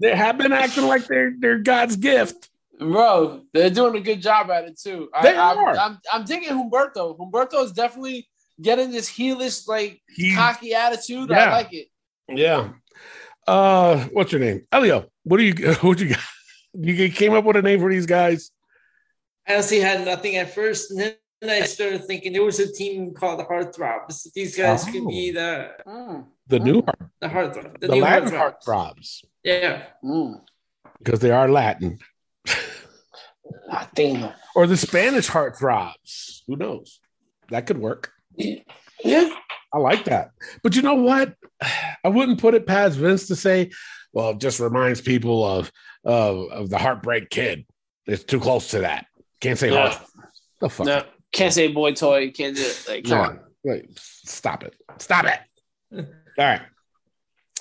S6: they have been acting like they're they're God's gift.
S4: they're doing a good job at it too. I,
S6: They
S4: I'm,
S6: are.
S4: I'm, I'm digging Humberto. Humberto is definitely getting this heelish, like
S6: He,
S4: cocky attitude.
S6: Mm. Yeah.
S4: I like it.
S6: yeah. Uh, what's your name, Elio? What do you? What you got? You came up with a name for these guys.
S5: I honestly had nothing at first. And then I started thinking there was a team called the Heartthrobs. These guys could be the,
S4: Mm,
S6: The new heart,
S5: the Heartthrob.
S6: the,
S5: new
S6: Latin
S5: Heartthrobs.
S6: heart throbs
S5: Yeah.
S4: mm.
S6: because they are Latin,
S4: Latino.
S6: or the Spanish heart throbs. Who knows? That could work.
S4: Yeah.
S6: I like that. But you know what? I wouldn't put it past Vince to say, well, it just reminds people of of, of the heartbreak kid. It's too close to that. Can't say
S4: Yeah.
S6: heart. The fuck?
S4: No, can't say boy toy. Can't do it. Like,
S6: No.
S4: come on.
S6: Wait, stop it. Stop it. All right.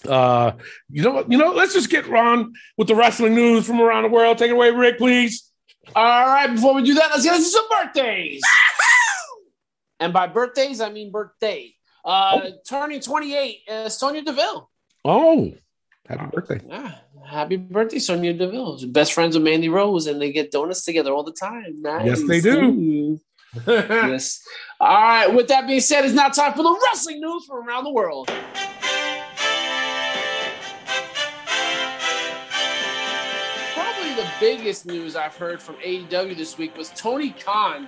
S6: Uh, you know what? You know, let's just get on with the wrestling news from around the world. Take it away, Rick, please.
S4: All right, before we do that, let's get into some birthdays. and by birthdays, I mean birthday. Uh, Turning 28, uh, Sonia Deville.
S6: Oh, happy birthday.
S4: Yeah, happy birthday, Sonia Deville. She's Best friends with Mandy Rose, and they get donuts together all the time. Nice.
S6: Yes, they do.
S4: yes. All right, with that being said, it's now time for the wrestling news from around the world. Probably the biggest news I've heard from AEW this week was Tony Khan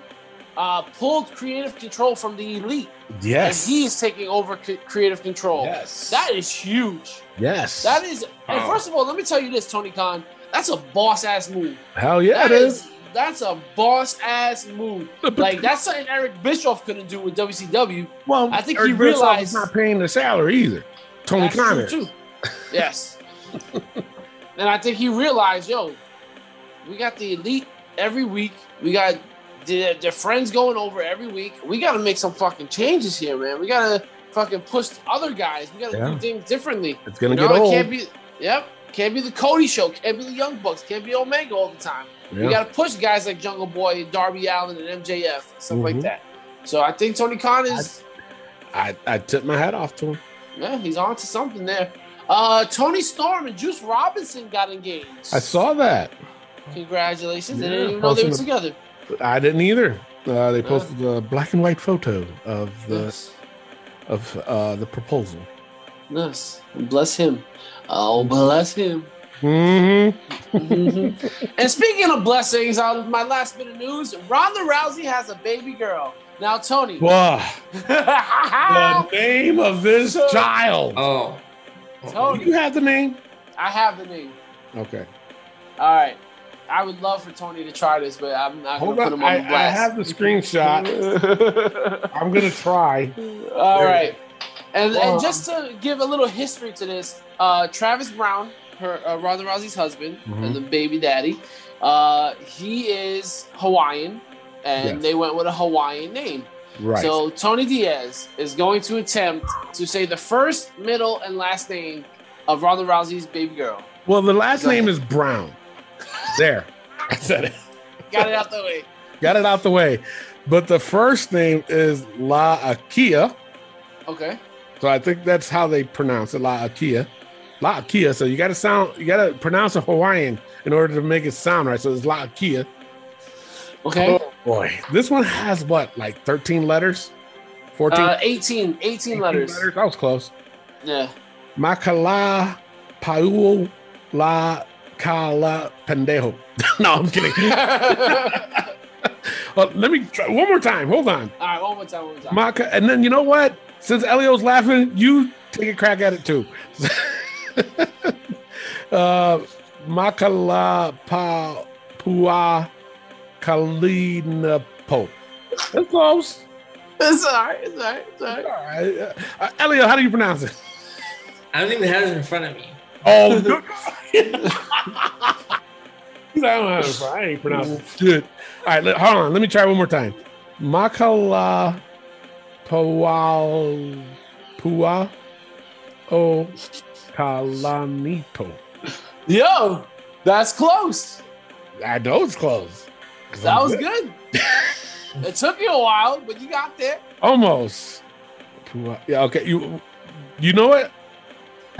S4: uh, pulled creative control from the elite.
S6: yes.
S4: And he is taking over c- creative control.
S6: Yes.
S4: That is huge.
S6: yes.
S4: That is, and
S6: Wow.
S4: first of all, let me tell you this, Tony Khan. That's a boss ass move.
S6: Hell yeah,
S4: That
S6: it is.
S4: That's a boss ass move. Like that's something Eric Bischoff couldn't do with WCW.
S6: well,
S4: I think
S6: Eric
S4: he
S6: Bischoff
S4: realized-
S6: is not paying the salary either. Tony
S4: That's
S6: Khan.
S4: true
S6: is.
S4: too. Yes. and I think he realized, yo, we got the elite every week. We got their, their friends going over every week. We got to make some fucking changes here, man. We got to fucking push other guys. We got to
S6: Yeah.
S4: do things differently.
S6: It's gonna
S4: No,
S6: get
S4: it
S6: old.
S4: can't be. Yep, can't be the Cody show. Can't be the Young Bucks. Can't be Omega all the time.
S6: Yeah.
S4: You got to push guys like Jungle Boy, and Darby Allen, and MJF, stuff like
S6: Mhm.
S4: that. So I think Tony Khan is,
S6: I, I tip my hat off to him.
S4: yeah, he's on to something there. Uh, Tony Storm and Juice Robinson got engaged.
S6: I saw that.
S4: Congratulations! I
S6: Yeah,
S4: didn't even know they were
S6: posting
S4: together.
S6: I didn't either. Uh, they posted a black and white photo of the
S4: Yes,
S6: of uh, the proposal.
S4: yes. Bless him. Oh, bless him.
S6: Mm-hmm.
S4: Mhm. and speaking of blessings, on my last bit of news, Ronda Rousey has a baby girl. Now, Tony.
S6: the name of this
S4: So-
S6: child.
S5: Oh.
S4: Tony.
S6: you have the name?
S4: I have the name.
S6: Okay.
S4: All right. I would love for Tony to try this, but I'm not going
S6: Hold
S4: to put
S6: on.
S4: him on
S6: I, I
S4: the blast.
S6: have the screenshot. I'm gonna try.
S4: All right. And,
S6: Well-
S4: and just to give a little history to this, uh, Travis Brown, her uh, Ronda Rousey's husband
S6: Mhm.
S4: and the baby daddy, uh, he is Hawaiian, and
S6: Yes.
S4: they went with a Hawaiian name.
S6: Right.
S4: So Tony Diaz is going to attempt to say the first, middle, and last name of Ronda Rousey's baby girl.
S6: well, the last
S4: Go
S6: name is Brown. There. I said it.
S4: Got it out the way.
S6: Got it out the way. But the first name is La Akia.
S4: Okay.
S6: So I think that's how they pronounce it, La Akia. La Akia. So you gotta sound you gotta pronounce it Hawaiian in order to make it sound right. So it's La Akia. Oh,
S4: Okay.
S6: Boy, this one has what, like 13 letters? 14
S4: Uh, 18, 18
S6: 18
S4: letters.
S6: That was close.
S4: Yeah.
S6: Makala Pauo La Kala Pendejo. no, I'm kidding. Well, let me try one more time. Hold on.
S4: All right, one more time, one more time.
S6: Maka, and then you know what? Since Elio's laughing, you take a crack at it too. uh, Makala pa pua kalina po. That's close.
S4: it's all right, it's all right, it's all
S6: All
S4: right.
S6: right. Uh, Elio, how do you pronounce it?
S5: I don't even have it in front of me.
S6: Oh, no. I, don't know. I ain't pronouncing shit. All right, let, hold on. Let me try one more time. Makala Pawal Pua O Kalanito.
S4: Yo, that's close.
S6: I know it's close. 'Cause
S4: That
S6: I'm
S4: was
S6: good.
S4: good. it took you a while, but you got there.
S6: almost. Pua. Yeah, okay. You you know what?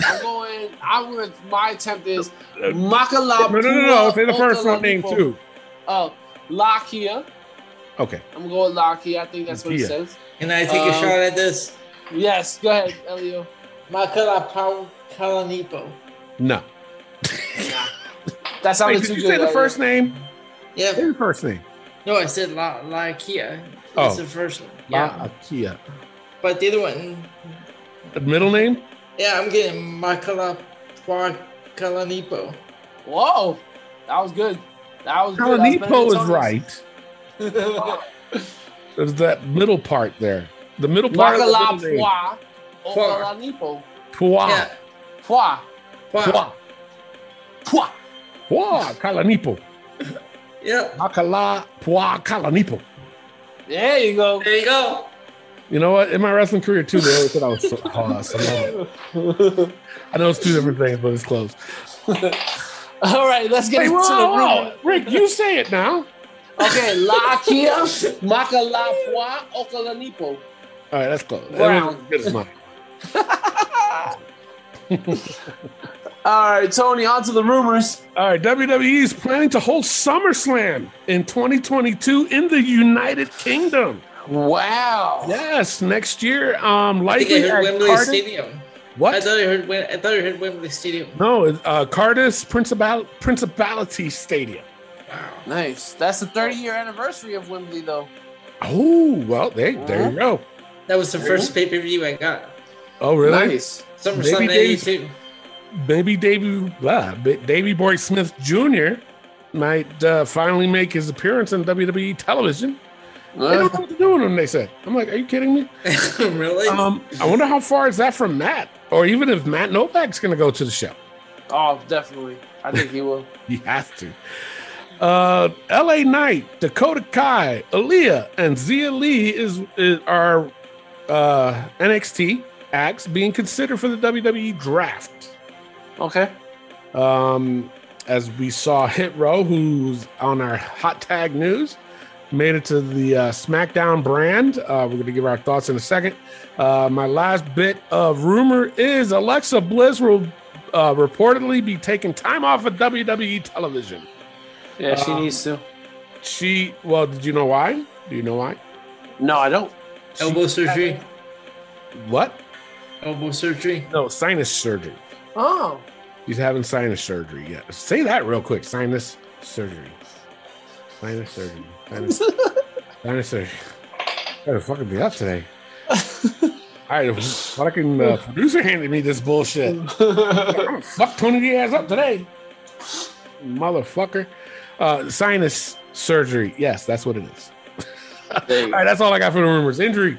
S4: I'm going. I'm going. My attempt is
S6: No,
S4: Makala.
S6: no, no, no. Say the first one name too.
S4: Oh, Lakia.
S6: Okay.
S4: I'm going with Lakia. I think that's what
S6: Lakia.
S4: it says.
S5: Can I take
S4: Um,
S5: a shot at this?
S4: Yes. Go ahead, Elio.
S5: Makala Pau Kalanipo.
S6: No.
S4: That
S6: Wait,
S4: sounded
S6: did
S4: too
S6: you
S4: good.
S6: say the
S4: Elio.
S6: first name? Say
S5: Yeah.
S6: the first name.
S5: No, I said La La Kia.
S6: Oh.
S5: That's the first one. Yeah.
S6: Yeah. Akia.
S5: But the other one,
S6: The middle name?
S5: yeah, I'm getting Makala Pau Kalanipo.
S4: Whoa, that was good. That was good. That was better than
S6: Kalanipo is
S4: Tony's.
S6: right. There's that middle part there. The middle part. of the middle name.
S4: Makalapwa or
S5: Pwa.
S4: Kalanipo.
S6: Pwa.
S5: Yeah.
S4: Pwa.
S5: Wow.
S6: Pwa.
S4: Pwa.
S6: Pwa. Kalanipo.
S5: Yeah.
S6: Makala. Pwa. Kalanipo.
S4: There you go.
S5: There you go.
S6: You know what? In my wrestling career too, they always said I was so awesome. I know it's two different things, but it's close.
S4: All right, let's get
S6: Hey,
S4: into
S6: whoa, whoa,
S4: the
S6: Rick, you say it now.
S4: room. Okay, La Kia, Makalapua, Okalanipo.
S6: All right, that's close. That
S4: Wow.
S6: was as good as mine.
S4: All right, Tony, on to the rumors.
S6: All right, WWE is planning to hold SummerSlam in 2022 in the United Kingdom.
S4: Wow.
S6: Yes, next year. Um,
S5: I think
S6: likely
S5: I heard
S6: at
S5: Wembley
S6: Cardiff.
S5: Stadium. I
S6: What?
S5: thought I heard. Wem- I thought I heard Wembley Stadium.
S6: No, it's, uh, Cardiff's Principal- Principality Stadium.
S4: Nice. That's the 30 year anniversary of Wembley, though.
S6: Oh well, there, there you go.
S5: That was the first pay per view I got.
S6: Oh really?
S4: Nice.
S5: SummerSlam
S6: Maybe they-
S5: '92.
S6: Maybe Davy, blah, B- Davy Boy Smith Jr. might uh, finally make his appearance on WWE television. They
S4: Uh,
S6: don't know what to do with him. They said. I'm like, are you kidding me?
S5: really?
S6: Um, I wonder how far is that from Matt, or even if Matt Novak's going to go to the show.
S4: oh, definitely. I think he will.
S6: He has to. Uh, L.A. Knight, Dakota Kai, Aaliyah, and Zia Lee is, is are uh, NXT acts being considered for the WWE draft.
S4: Okay.
S6: Um, as we saw, Hit Row, who's on our hot tag news, made it to the uh, SmackDown brand. Uh, we're going to give our thoughts in a second. Uh, my last bit of rumor is Alexa Bliss will uh, reportedly be taking time off of WWE television.
S4: Yeah, she
S6: Um,
S4: needs to.
S6: She, well, did you know why? Do you know why?
S4: No, I don't.
S5: elbow surgery.
S6: What?
S5: Elbow surgery.
S6: No, sinus surgery.
S4: Oh.
S6: She's having sinus surgery. Yeah, say that real quick. Sinus surgery. Sinus surgery. Sinus, sinus surgery. Gotta fucking be up today. All right, fucking uh, producer handed me this bullshit. I'm gonna fuck Tony Diaz up today, motherfucker. Uh, sinus surgery. Yes, that's what it is.
S4: There you
S6: All
S4: go.
S6: right, that's all I got for the rumors. Injury.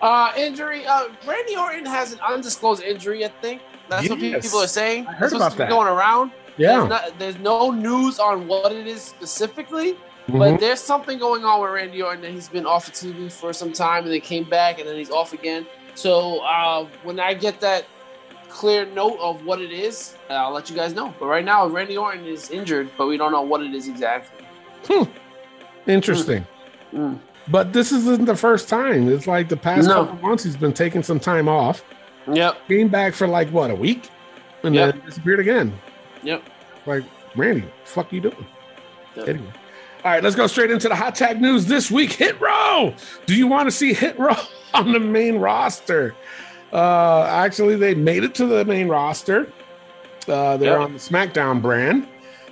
S4: Uh, injury. Uh, Randy Orton has an undisclosed injury, I think. That's what pe-
S6: Yes.
S4: people are saying.
S6: I heard
S4: That's what's
S6: about
S4: been
S6: that.
S4: going around. There's,
S6: Yeah.
S4: not, there's no news on what it is specifically,
S6: Mhm.
S4: but there's something going on with Randy Orton that he's been off of TV for some time, and then came back, and then he's off again. So uh, when I get that clear note of what it is, uh, I'll let you guys know. But right now, Randy Orton is injured, but we don't know what it is exactly.
S6: Interesting.
S4: Mm.
S6: But this isn't the first time. It's like the past
S4: No.
S6: couple months he's been taking some time off.
S4: Yep.
S6: Came back for like what a week, and
S4: Yep.
S6: then disappeared again.
S4: Yep.
S6: Like Randy, fuck you doing?
S4: Yep.
S6: Anyway. All right, let's go straight into the hot tag news this week. Hit Row. Do you want to see Hit Row on the main roster? Uh, actually, they made it to the main roster. Uh, they're
S4: Yep.
S6: on the SmackDown brand.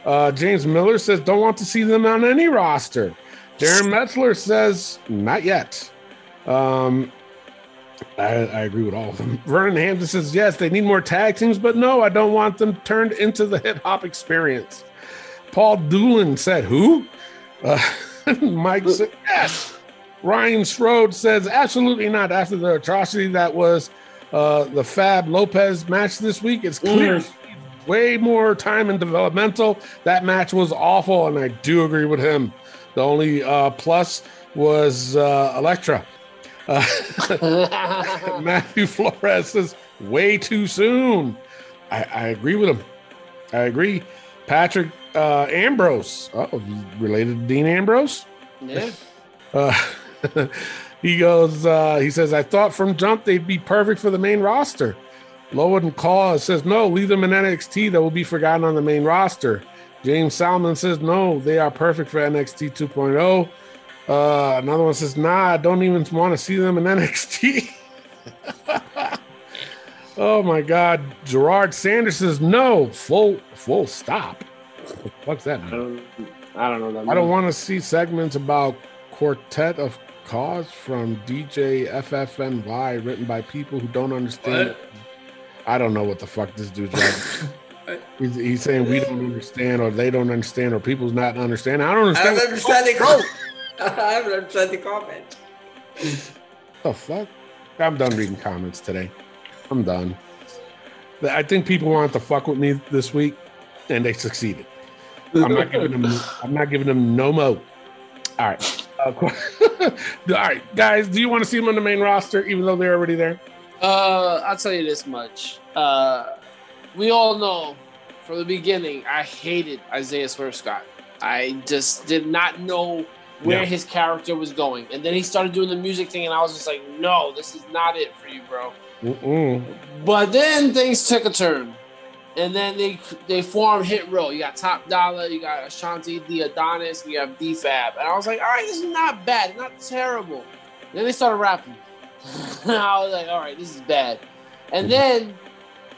S6: Uh, James Miller says don't want to see them on any roster. Darren Metzler says not yet. Um, I, I agree with all of them. Vernon Hampton says yes, they need more tag teams, but no, I don't want them turned into the hip hop experience. Paul Doolin said who? Uh, Mike said yes. Ryan Strode says absolutely not. After the atrocity that was uh, the Fab Lopez match this week, it's clear way more time in developmental. That match was awful, and I do agree with him. The only uh, plus was uh, Electra. Uh, Matthew Flores says way too soon. I, I agree with him. I agree. Patrick uh, Ambrose, oh, related to Dean Ambrose.
S4: Yeah.
S6: Uh, he goes, uh, he says, I thought from jump they'd be perfect for the main roster. Lowen Claus says, no, leave them in NXT. They will be forgotten on the main roster. James Salmon says, no, they are perfect for NXT 2.0. oh." Uh, another one says, nah, I don't even want to see them in NXT. oh my God. Gerard Sanders says, no, full, full stop. What's that? mean?
S4: I don't, I don't know that.
S6: I don't
S4: man.
S6: want to see segments about Quartet of Cause from DJ FFNY written by people who don't understand.
S5: What?
S6: I don't know what the fuck this dude's writing. he's, he's saying we don't understand, or they don't understand, or people's not understanding. I don't
S5: I
S6: understand
S5: don't
S6: what
S5: understand the comment. I don't understand the comment.
S6: the fuck. I'm done reading comments today. I'm done. I think people wanted to fuck with me this week, and they succeeded. I'm not giving them. I'm not giving them no mo. All right. Uh, All right, guys, do you want to see them on the main roster, even though they're already there?
S4: Uh, I'll tell you this much. Uh, we all know from the beginning, I hated Isaiah Swerve Scott. I just did not know where
S6: Yeah.
S4: his character was going. And then he started doing the music thing, and I was just like, no, this is not it for you, bro.
S6: Mm-mm.
S4: But then things took a turn, and then they they formed Hit Row. You got Top Dollar, you got Ashanti, The Adonis, you have D Fab, and I was like, all right, this is not bad, not terrible. Then they started rapping. and I was like, all right, this is bad. And then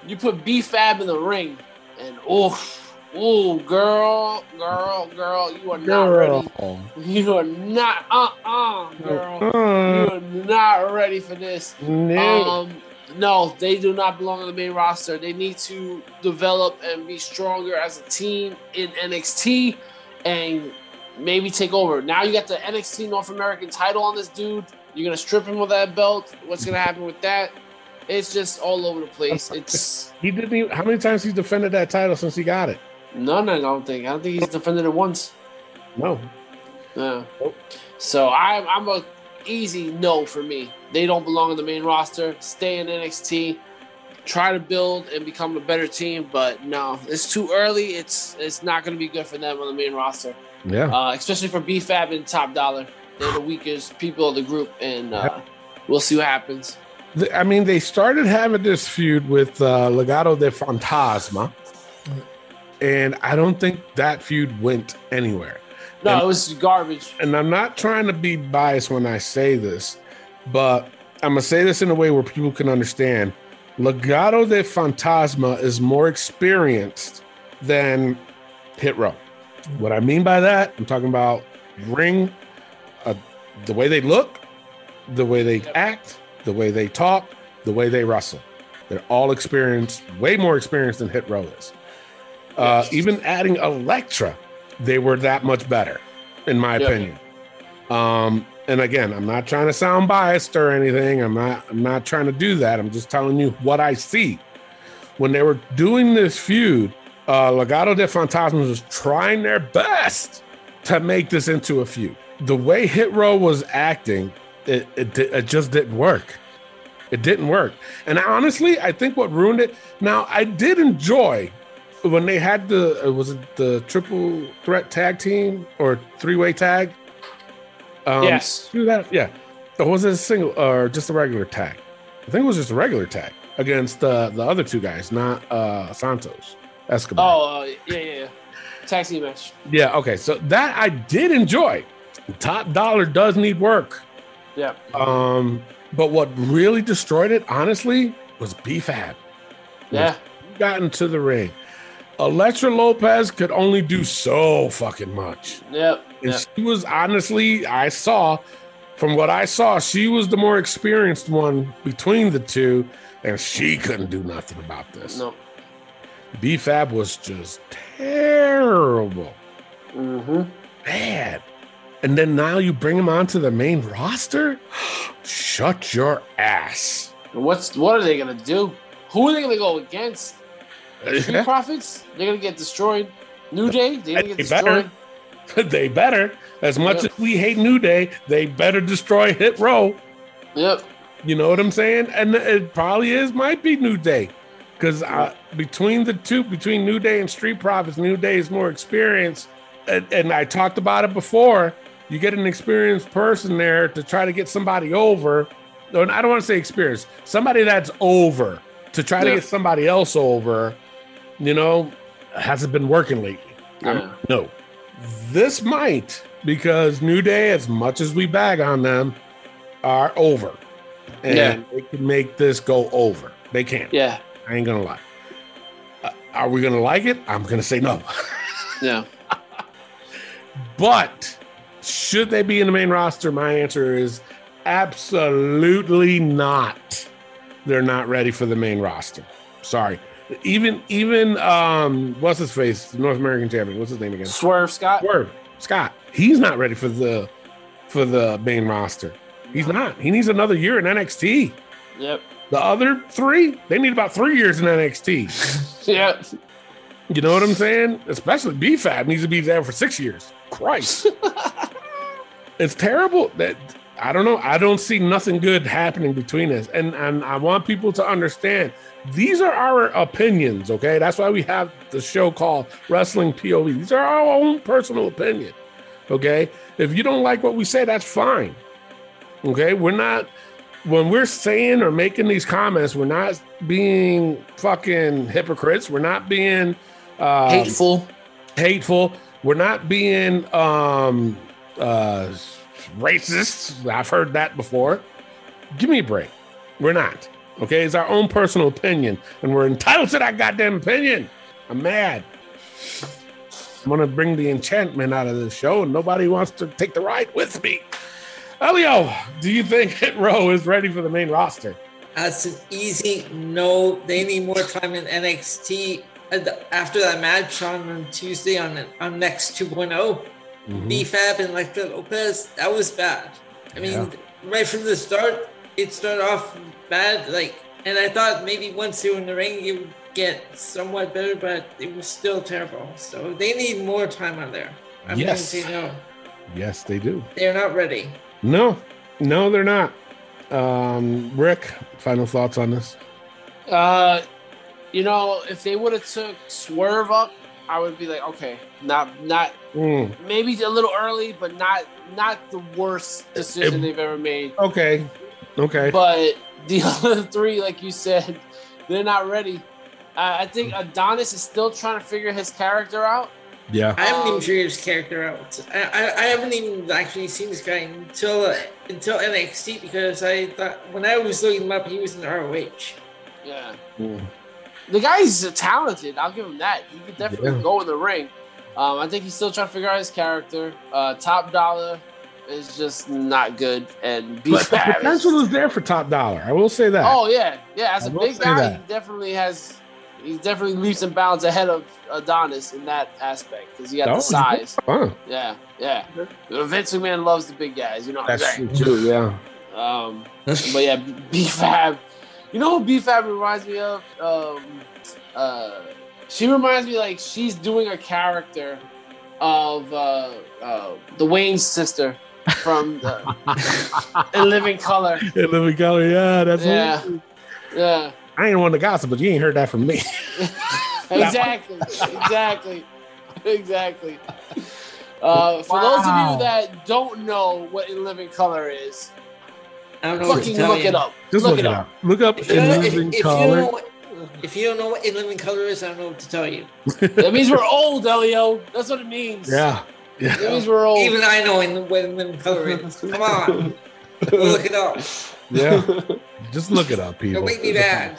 S4: you put B Fab in the ring, and oof, ooh, girl, girl, girl, you are not
S6: Girl.
S4: ready. You are not, uh, uh, girl, you
S6: Uh,
S4: are not ready for this.
S6: no.
S4: Um, no, they do not belong on the main roster. They need to develop and be stronger as a team in NXT and maybe take over. Now you got the NXT North American title on this dude. You're gonna strip him of that belt. What's gonna happen with that? It's just all over the place. It's
S6: He didn't. Even, how many times he's defended that title since he got it?
S4: none. I don't think. I don't think he's defended it once.
S6: No.
S4: Yeah.
S6: Nope.
S4: So I'm I'm a easy no for me. They don't belong on the main roster. Stay in NXT. Try to build and become a better team, but no, it's too early. It's it's not going to be good for them on the main roster,
S6: Yeah.
S4: uh, especially for BFAB and Top Dollar. They're the weakest people of the group, and uh, we'll see what happens.
S6: The- I mean, they started having this feud with uh, Legado de Fantasma, and I don't think that feud went anywhere.
S4: No,
S6: And-
S4: it was garbage.
S6: and I'm not trying to be biased when I say this, but I'm gonna say this in a way where people can understand. Legado de Fantasma is more experienced than Hit Row. What I mean by that, I'm talking about ring, uh, the way they look, the way they
S4: Yep.
S6: act, the way they talk, the way they wrestle. They're all experienced, way more experienced than Hit Row is. Uh, even adding Electra, they were that much better, in my
S4: Yeah.
S6: opinion. Um, and again, I'm not trying to sound biased or anything. I'm not. I'm not trying to do that. I'm just telling you what I see. When they were doing this feud, uh, Legado de Fantasmas was trying their best to make this into a feud. The way Hit Row was acting, it, it, di- it just didn't work. It didn't work. And honestly, I think what ruined it. Now, I did enjoy when they had the uh, was it the triple threat tag team or three way tag? Um,
S4: yes,
S6: do that. Yeah. Or was it a single or just a regular tag? I think it was just a regular tag against uh, the other two guys, not uh, Santos Escobar.
S4: Oh uh, yeah, yeah, yeah. Taxi match.
S6: Yeah. Okay. So that I did enjoy. Top dollar does need work.
S4: Yeah.
S6: Um, but what really destroyed it, honestly, was BFAB.
S4: Yeah.
S6: He got into the ring. Electra Lopez could only do so fucking much.
S4: Yep.
S6: And
S4: Yeah.
S6: she was honestly, I saw from what I saw, she was the more experienced one between the two, and she couldn't do nothing about this.
S4: No.
S6: BFAB was just terrible,
S4: hmm
S6: bad. And then now you bring him onto the main roster? Shut your ass.
S4: What's what are they gonna do? Who are they gonna go against? Street Profits, they're gonna get destroyed. New Day, they're gonna get
S6: They better.
S4: destroyed.
S6: they better. As much
S4: Yep.
S6: as we hate New Day, they better destroy Hit Row.
S4: Yep.
S6: You know what I'm saying? And it probably is might be New Day, because between the two, between New Day and Street Profits, New Day is more experienced. And, and I talked about it before. You get an experienced person there to try to get somebody over. No, I don't want to say experienced. Somebody that's over to try to
S4: Yeah.
S6: get somebody else over. You know, hasn't been working lately. I'm-
S4: Yeah.
S6: no, this might because New Day, as much as we bag on them, are over, and
S4: Yeah.
S6: they can make this go over. They can.
S4: Yeah.
S6: I ain't gonna lie. Uh, are we gonna like it? I'm gonna say no.
S4: Yeah.
S6: but should they be in the main roster? My answer is absolutely not. They're not ready for the main roster. Sorry. Even even um what's his face? North American champion. What's his name again?
S4: Swerve Scott.
S6: Word, Scott. He's not ready for the for the main roster. He's not. He needs another year in NXT.
S4: Yep.
S6: The other three, they need about three years in NXT.
S4: Yep.
S6: You know what I'm saying? Especially BFAB needs to be there for six years. Christ. it's terrible that I don't know. I don't see nothing good happening between us, and and I want people to understand these are our opinions. Okay, that's why we have the show called Wrestling POV. These are our own personal opinion. Okay, if you don't like what we say, that's fine. Okay, we're not when we're saying or making these comments, we're not being fucking hypocrites. We're not being um,
S4: Hateful.
S6: hateful. We're not being um, uh, racist. I've heard that before. Give me a break. We're not. Okay, it's our own personal opinion, and we're entitled to that goddamn opinion. I'm mad. I'm gonna bring the enchantment out of this show, and nobody wants to take the ride with me. Elio, do you think Hit Row is ready for the main roster?
S5: That's an easy no. They need more time in NXT And Uh, after that match on Tuesday on on Next 2.0. BFAB and Electra Lopez, that was bad. I mean, right from the start, it started off bad. Like, and I thought maybe once they were in the ring, it would get somewhat better, but it was still terrible. So they need more time on there. I'm
S6: Yes.
S5: going to say no.
S6: Yes, they do.
S5: They're not ready.
S6: No, no, they're not. Um, Rick, final thoughts on this?
S4: Uh, you know, if they would have took Swerve up, I would be like, okay, not not
S6: Mm,
S4: maybe a little early, but not not the worst decision
S6: It-
S4: they've ever made.
S6: okay, okay.
S4: But the other three, like you said, they're not ready. I I think Adonis is still trying to figure his character out.
S6: yeah,
S5: I haven't even
S4: Um,
S5: figured his character out. I, I, I haven't even actually seen this guy until uh, until NXT because I thought when I was looking him up, he was in ROH.
S4: Yeah,
S6: Mm.
S4: the guy's talented. I'll give him that. He could definitely
S6: Yeah.
S4: go in the ring. Um, I think he's still trying to figure out his character. Uh, Top Dollar is just not good, and
S6: but the
S4: B-Fab is-
S6: potential is there for top dollar. I will say that.
S4: Oh yeah, yeah. As
S6: I
S4: a
S6: will
S4: big
S6: say
S4: guy,
S6: that.
S4: he definitely has. He definitely leaps and bounds ahead of Adonis in that aspect because he got
S6: Oh,
S4: the
S6: you-
S4: size.
S6: Huh,
S4: Yeah, yeah. Vince McMahon loves the big guys. You know what I'm
S6: that's
S4: saying?
S6: true too. Yeah.
S4: Um, but yeah, B Fab. You know who B Fab reminds me of? Um, uh, she reminds me like she's doing a character of uh, uh, the Wayne sister from uh, In Living Color.
S6: Hey, Living Color. Yeah, that's.
S4: Yeah, yeah.
S6: I ain't one to gossip, but you ain't heard that from me.
S4: exactly, exactly, exactly. Uh, for those of
S6: Wow.
S4: you that don't know what In Living Color is,
S5: I don't know what to
S4: fucking
S5: tell
S4: look
S5: you.
S4: it up.
S6: Just look, it up. Look up
S5: If you,
S6: in
S5: don't- if,
S6: living
S5: if you
S6: color.
S5: don't know, what- if you don't know what in living color is, I don't know what to tell you.
S4: That means we're old, Elio. That's what it means.
S6: Yeah.
S4: That means we're old.
S5: Even I know in, what in living color is. Come on, look it up.
S6: Yeah. Just look it up, people.
S5: Don't make me mad.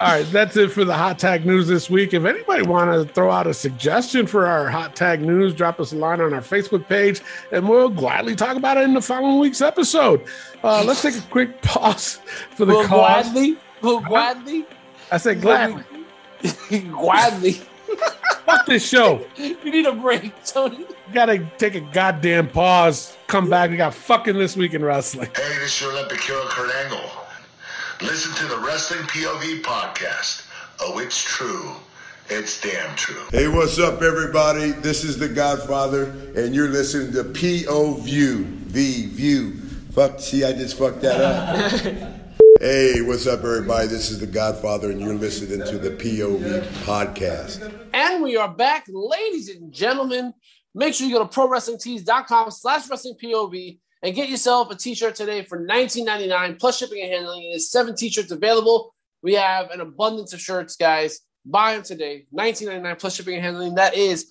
S6: All right, that's it for the hot tag news this week. If anybody want to throw out a suggestion for our hot tag news, drop us a line on our Facebook page, and we'll gladly talk about it in the following week's episode. Uh, let's take a quick pause for the
S4: we'll
S6: cause.
S4: gladly, we'll gladly,
S6: I said gladly.
S4: gladly.
S6: Fuck this show.
S4: You need a break, Tony.
S6: We gotta take a goddamn pause. Come back. We got fucking this week in wrestling.
S7: Hey, this is your Olympic hero, Kurt Angle. Listen to the Wrestling POV podcast. Oh, it's true. It's damn true.
S8: Hey, what's up, everybody? This is the Godfather, and you're listening to PO View. V View. Fuck, see, I just fucked that up. hey, what's up, everybody? This is the Godfather, and you're listening to the POV podcast.
S4: And we are back, ladies and gentlemen. Make sure you go to prowrestlingtees.com slash wrestling POV and get yourself a t-shirt today for $19.99 plus shipping and handling. There's seven t-shirts available. We have an abundance of shirts, guys. Buy them today. $19.99 plus shipping and handling. That is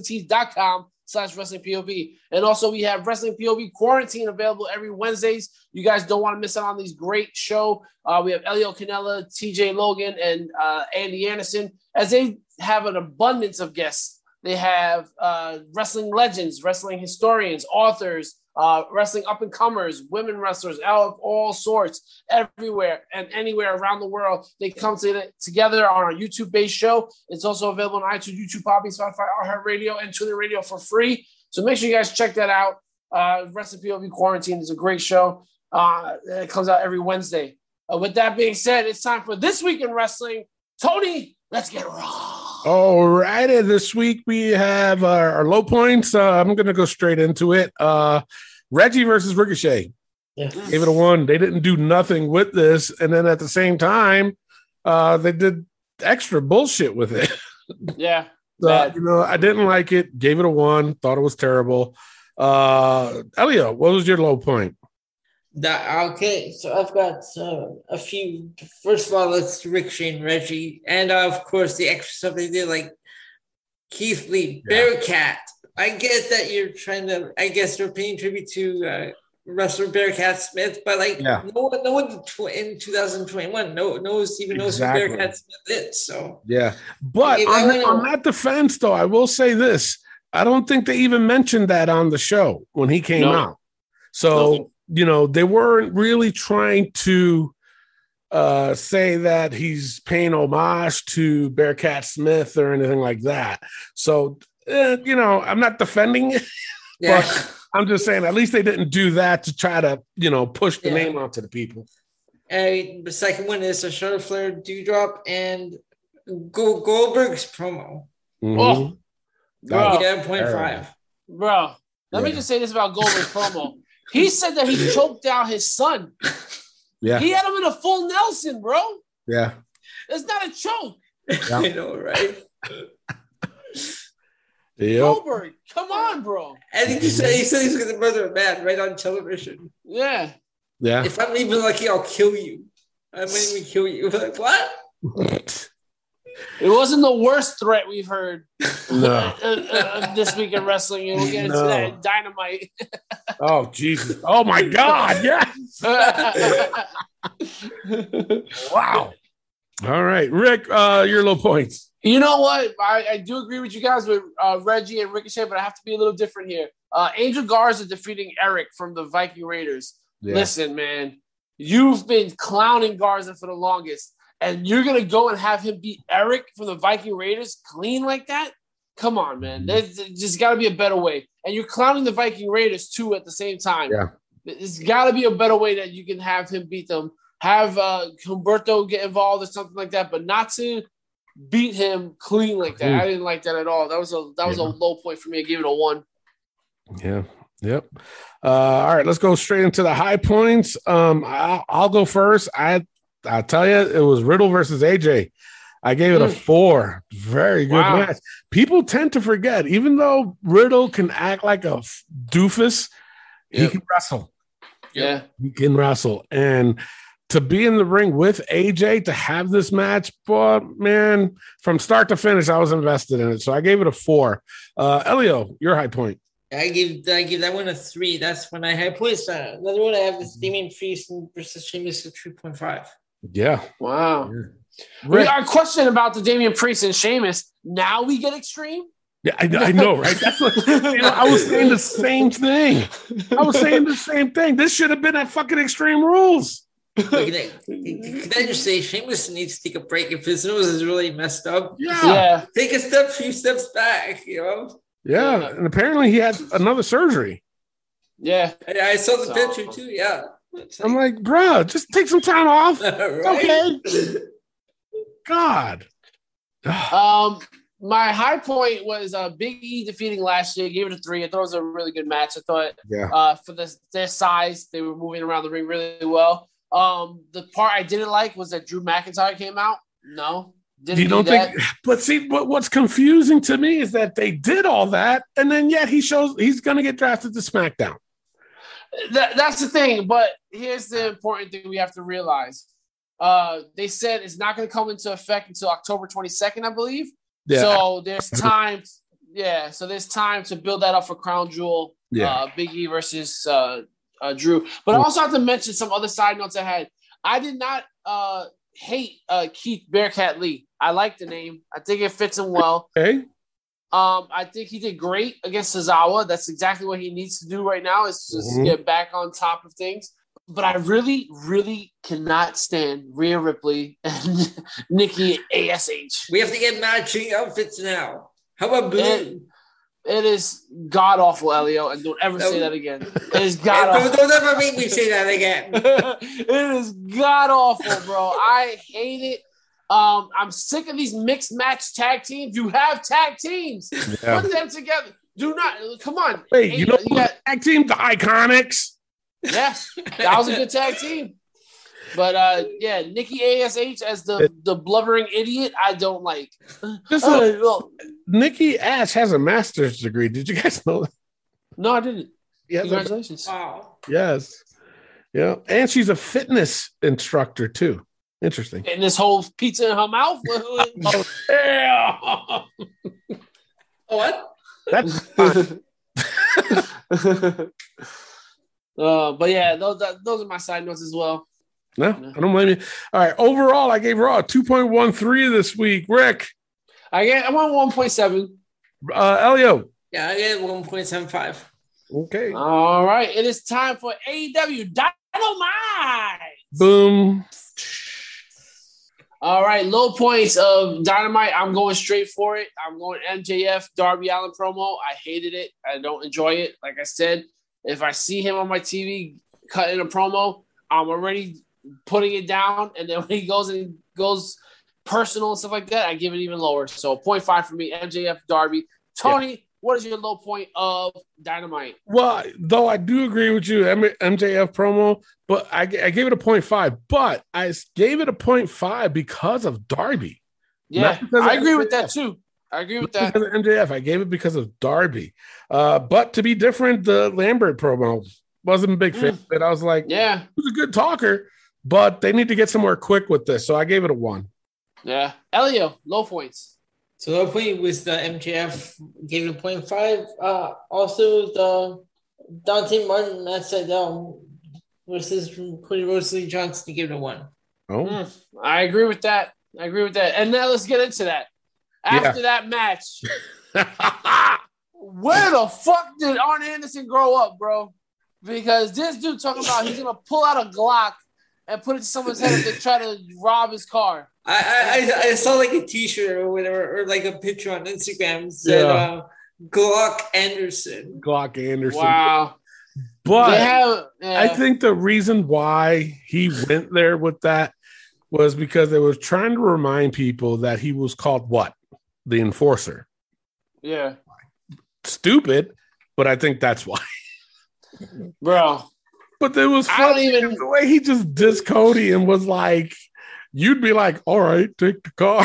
S4: prowrestlingtees.com slash wrestling POV. And also we have wrestling POV quarantine available every Wednesdays. You guys don't want to miss out on these great show. Uh, we have Elio Canella, TJ Logan, and uh, Andy Anderson as they have an abundance of guests. They have uh, wrestling legends, wrestling historians, authors, uh, wrestling up and comers, women wrestlers out of all sorts, everywhere and anywhere around the world. They come to, together on our YouTube based show. It's also available on iTunes, YouTube, Poppy, Spotify, iHeartRadio, Radio, and TuneIn Radio for free. So make sure you guys check that out. Uh, Wrestling POV Quarantine is a great show. Uh, it comes out every Wednesday. Uh, with that being said, it's time for This Week in Wrestling. Tony, let's get raw.
S6: All right. and This week we have uh, our, our low points. Uh, I'm going to go straight into it. Uh, Reggie versus Ricochet.
S5: Yeah.
S6: Gave it a one. They didn't do nothing with this. And then at the same time, uh, they did extra bullshit with it.
S4: Yeah.
S6: So,
S4: Bad.
S6: you know, I didn't like it. Gave it a one. Thought it was terrible. Uh, Elio, what was your low point?
S5: That, okay, so I've got uh, a few. First of all, it's Ricochet and Reggie, and uh, of course the extra stuff they did, like Keith Lee, Bearcat. I get that you're trying to. I guess you're paying tribute to uh, wrestler Bearcat Smith, but like
S6: Yeah.
S5: no one, no one tw- in 2021, no, knows even knows
S6: Exactly.
S5: who Bearcat Smith is. So
S6: Yeah. But
S5: If I
S6: on,
S5: would've-
S6: on that defense, though, I will say this. I don't think they even mentioned that on the show when he came
S4: No.
S6: out. So, you know, they weren't really trying to uh, say that he's paying homage to Bearcat Smith or anything like that. So, eh, you know, I'm not defending it.
S5: yeah,
S6: I'm just saying at least they didn't do that to try to, you know, push the
S5: Yeah.
S6: name out to the people.
S5: and the second one is a Charlotte Flair Dewdrop and Go- Goldberg's promo.
S6: Mhm.
S4: Bro,
S5: yeah, point five.
S4: bro. Let me
S6: Yeah.
S4: just say this about Goldberg's promo. He said that he choked down his son.
S6: Yeah.
S4: He had him in a full Nelson, bro.
S6: Yeah.
S4: It's not a choke.
S6: Yeah.
S5: you know, right?
S6: Yep.
S4: Goldberg, come on, bro.
S5: I think he said he said he's gonna murder a man right on television.
S4: Yeah.
S6: Yeah.
S5: If I'm even lucky, I'll kill you. I might even kill you. Like what?
S4: It wasn't the worst threat we've heard
S6: no.
S4: uh, uh, uh, this week in wrestling, and we'll get into
S6: No.
S4: that in dynamite.
S6: Oh Jesus! Oh my God! Yeah! Wow! All right, Rick, uh, your low points.
S4: you know what? I, I do agree with you guys with uh, Reggie and Ricochet, but I have to be a little different here. Uh, Angel Garza defeating Eric from the Viking Raiders. Listen, man, you've been clowning Garza for the longest, and you're gonna go and have him beat Eric from the Viking Raiders clean like that? Come on,
S6: Mm-hmm.
S4: man. There's, there's just got to be a better way. And you're clowning the Viking Raiders too at the same time.
S6: Yeah.
S4: There's got to be a better way that you can have him beat them. Have uh, Humberto get involved or something like that, but not to beat him clean like that. I didn't like that at all. That was a that was
S6: Mm-hmm. Yeah.
S4: a low point for me. I gave it a one.
S6: Yeah. Yep. Uh, all right, let's go straight into the high points. Um, I'll, I'll go first. I I tell you, it was Riddle versus AJ. I gave it a
S4: Mm.
S6: four. Very good
S4: Wow.
S6: match. People tend to forget, even though Riddle can act like a f- doofus, he
S4: Yep.
S6: can wrestle.
S4: Yeah.
S6: he can wrestle and to be in the ring with AJ to have this match, but man, from start to finish, I was invested in it. So I gave it a four. Uh Elio, your high point.
S5: I give I give that one a three. That's when I had points. Uh, Another one I have is Damien Priest versus Sheamus at three point five.
S6: Yeah.
S4: Wow. We
S6: Rick,
S4: our question about the Damian Priest and Sheamus. Now we get extreme.
S6: yeah, I, I know, right? That's what you know, I was saying the same thing. I was saying the same thing. This should have been at fucking Extreme Rules.
S5: Can I can I just say Sheamus needs to take a break if his nose is really messed up?
S6: Yeah.
S4: yeah,
S5: Take a step, few steps back. You know,
S6: Yeah. And apparently he had another surgery.
S4: yeah.
S5: I, I saw the
S4: So-
S5: picture too. Yeah, It's
S6: I'm like, bruh, just take some time off.
S5: right?
S6: Okay. God.
S4: Um, my high point was uh, Big E defeating Lashley. I gave it a three. I thought it was a really good match. I thought
S6: Yeah.
S4: uh, for the, their size, they were moving around the ring really well. Um, the part I didn't like was that Drew McIntyre came out. No, didn't
S6: you don't
S4: do that.
S6: think but see what, what's confusing to me is that they did all that and then yet he shows he's going to get drafted to smackdown
S4: that, that's the thing. But here's the important thing we have to realize. Uh, they said it's not going to come into effect until October 22nd, I believe. So there's time. Yeah. So there's time to build that up for Crown Jewel.
S6: Yeah.
S4: Uh, Big E versus uh, uh, Drew. But I also have to mention some other side notes I had. I did not uh, hate uh, Keith Bearcat Lee. I like the name. I think it fits him well.
S6: okay
S4: Um, I think he did great against Sazawa. That's exactly what he needs to do right now is just
S6: Mhm.
S4: get back on top of things. But I really, really cannot stand Rhea Ripley and Nikki Ash.
S5: We have to get matching outfits now. How about blue?
S4: It is god awful, Elio, and don't ever say that again. It is god
S5: And don't,
S4: awful.
S5: don't ever make me say that again.
S4: it is god awful, bro. I hate it. Um, I'm sick of these mixed match tag teams. You have tag teams.
S6: Yeah.
S4: Put them together. Do not come on.
S6: Wait,
S4: Hey,
S6: you know
S4: got,
S6: tag team, the Iconics.
S4: yes, that was a good tag team. But uh, yeah, Nikki Ash as the the blubbering idiot, I don't like.
S6: This
S4: Uh,
S6: is-
S4: well,
S6: Nikki Ash has a master's degree. Did you guys know that?
S4: no, I didn't.
S6: Yes,
S4: Congratulations.
S5: Wow.
S6: yes, yeah. And she's a fitness instructor too. Interesting.
S4: And this whole pizza in her mouth.
S6: Yeah,
S5: Oh, What?
S6: that's
S4: Uh, but yeah, those those are my side notes as well.
S6: no. I don't blame you. All right. Overall, I gave Raw two point one three this week. Rick,
S4: I get I want one point seven.
S6: uh, Elio.
S5: Yeah, I get 1.75.
S6: Okay.
S4: All right, it is time for AEW Dynamite.
S6: Boom.
S4: All right, low points of Dynamite. I'm going straight for it. I'm going MJF Darby Allen promo. I hated it. I don't enjoy it. Like I said, if I see him on my TV cutting a promo, I'm already putting it down. And then when he goes and goes personal and stuff like that, I give it even lower. So 0.5 for me, MJF Darby. Tony, what is your low point of Dynamite?
S6: Well, though I do agree with you, M- MJF promo, but I, g- I gave it a point five. But I s- gave it a point five because of Darby.
S4: Yeah,
S6: Not because
S4: I
S6: of
S4: agree with that
S6: MJF.
S4: too. I agree with
S6: Because
S4: that.
S6: of MJF, I gave it because of Darby. Uh, but to be different, the Lambert promo wasn't a big fan. of it. I was like,
S4: Mm. Yeah,
S6: he's a good talker, but they need to get somewhere quick with this. So I gave it a one.
S4: yeah. Elio, low points.
S5: So low point was the MJF gave it 0.5. Uh, also the Dante Martin Matt Seidel versus Cody Rhodes Lee Johnson gave it a one.
S6: Oh,
S4: Mm, I agree with that. I agree with that. And now let's get into that. After that match, Mm. where the fuck did Arn Anderson grow up, bro? Because this dude talking about he's gonna pull out a Glock and put it to someone's head if they try to rob his car.
S5: I, I- I I saw like a T-shirt or whatever or like a picture on Instagram said
S6: Yeah.
S5: uh, Glock Anderson.
S6: Glock Anderson.
S4: Wow.
S6: But
S4: They have- yeah.
S6: I think the reason why he went there with that was because they was trying to remind people that he was called what? The enforcer.
S4: yeah,
S6: Stupid, but I think that's why.
S4: bro.
S6: But it was
S4: I don't
S6: funny
S4: even-
S6: the way he just dissed Cody and was like, you'd be like, all right, take the car.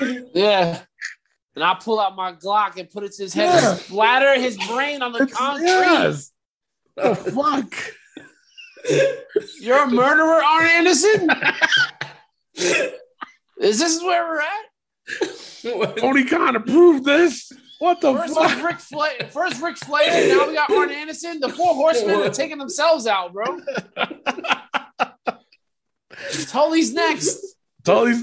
S4: Yeah. And I pull out my Glock and put it to his head
S6: Yeah.
S4: and splatter his brain on the
S6: It's-
S4: concrete.
S6: yes. The fuck?
S4: You're a murderer, Arn Anderson? Is this where we're at?
S6: Tony Khan approved this? What the
S4: First was
S6: fuck?
S4: Rick Flair. First Rick Flair. Now we got Arn Anderson. The four horsemen are taking themselves out, bro. Tully's next.
S6: Tony's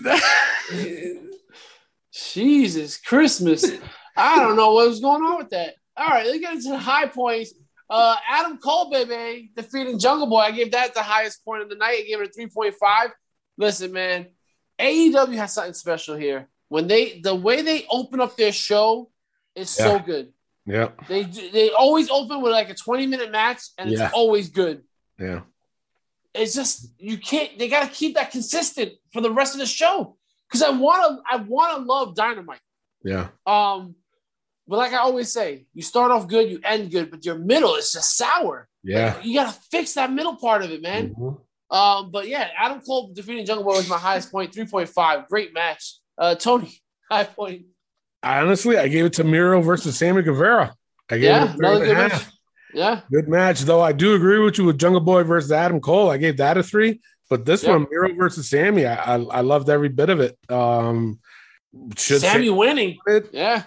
S4: Jesus Christmas. I don't know what was going on with that. All right, let's get into the high points. Uh, Adam Cole, baby, defeating Jungle Boy. I gave that the highest point of the night. I gave it a 3.5. Listen, man, AEW has something special here. When they the way they open up their show is so good.
S6: Yeah,
S4: They do- they always open with like a 20 minute match, and
S6: Yeah.
S4: it's always good.
S6: yeah.
S4: It's just you can't. They got to keep that consistent for the rest of the show because I want to. I want to love Dynamite.
S6: Yeah.
S4: Um, but like I always say, you start off good, you end good, but your middle is just sour.
S6: Yeah.
S4: You got to fix that middle part of it, man.
S6: Mhm.
S4: Um, but yeah, Adam Cole defeating Jungle Boy was my highest point, three point five. Great match. Uh, Tony, high point.
S6: I honestly, I gave it to Miro versus Sammy Guevara. I gave
S4: Yeah,
S6: it a three and
S4: another
S6: a
S4: good
S6: half.
S4: match. Yeah,
S6: Good match, though. I do agree with you with Jungle Boy versus Adam Cole. I gave that a three, but this
S4: Yeah.
S6: one, Miro versus Sammy, I, I I loved every bit of it. Um, should
S4: Sammy
S6: Sammy
S4: winning.
S6: win it?
S4: Yeah,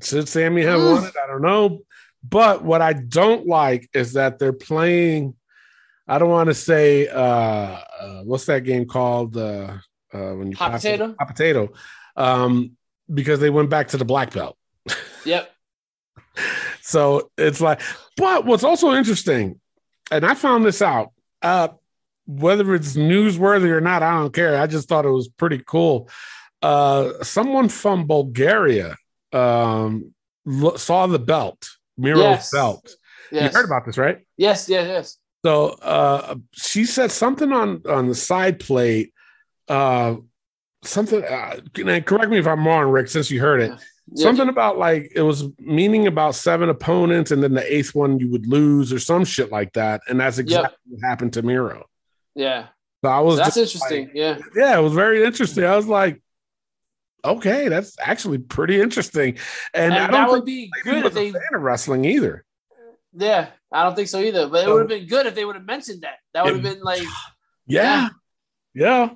S6: Should Sammy have
S4: Mm.
S6: won it? I don't know. But what I don't like is that they're playing. I don't want to say uh, uh, what's that game called uh, uh, when you
S4: Hot
S6: pass it-
S4: potato?
S6: Hot potato, um, because they went back to the black belt.
S4: yep.
S6: So it's like, but what's also interesting, and I found this out, uh, whether it's newsworthy or not, I don't care. I just thought it was pretty cool. Uh, someone from Bulgaria um, lo- saw the belt, Miro's
S4: Yes.
S6: belt.
S4: Yes.
S6: You heard about this, right?
S4: Yes, yes, yes.
S6: So uh, she said something on on the side plate. Uh, something. Uh, you know, correct me if I'm wrong, Rick. Since you heard it, something about like it was meaning about seven opponents, and then the eighth one you would lose or some shit like that. And that's exactly what happened to Miro.
S4: Yeah,
S6: So I was
S4: that's
S6: just
S4: interesting. yeah,
S6: like- yeah, it was very interesting. I was like, okay, that's actually pretty interesting. And,
S4: and,
S6: I
S4: that
S6: don't
S4: would
S6: think
S4: be
S6: like, he
S4: good
S6: was
S4: if
S6: a
S4: they.
S6: fan of wrestling either.
S4: Yeah, I don't think so either. But it
S6: So-
S4: would have been good if they would have mentioned that. That would have
S6: It-
S4: been like
S6: Yeah. Yeah.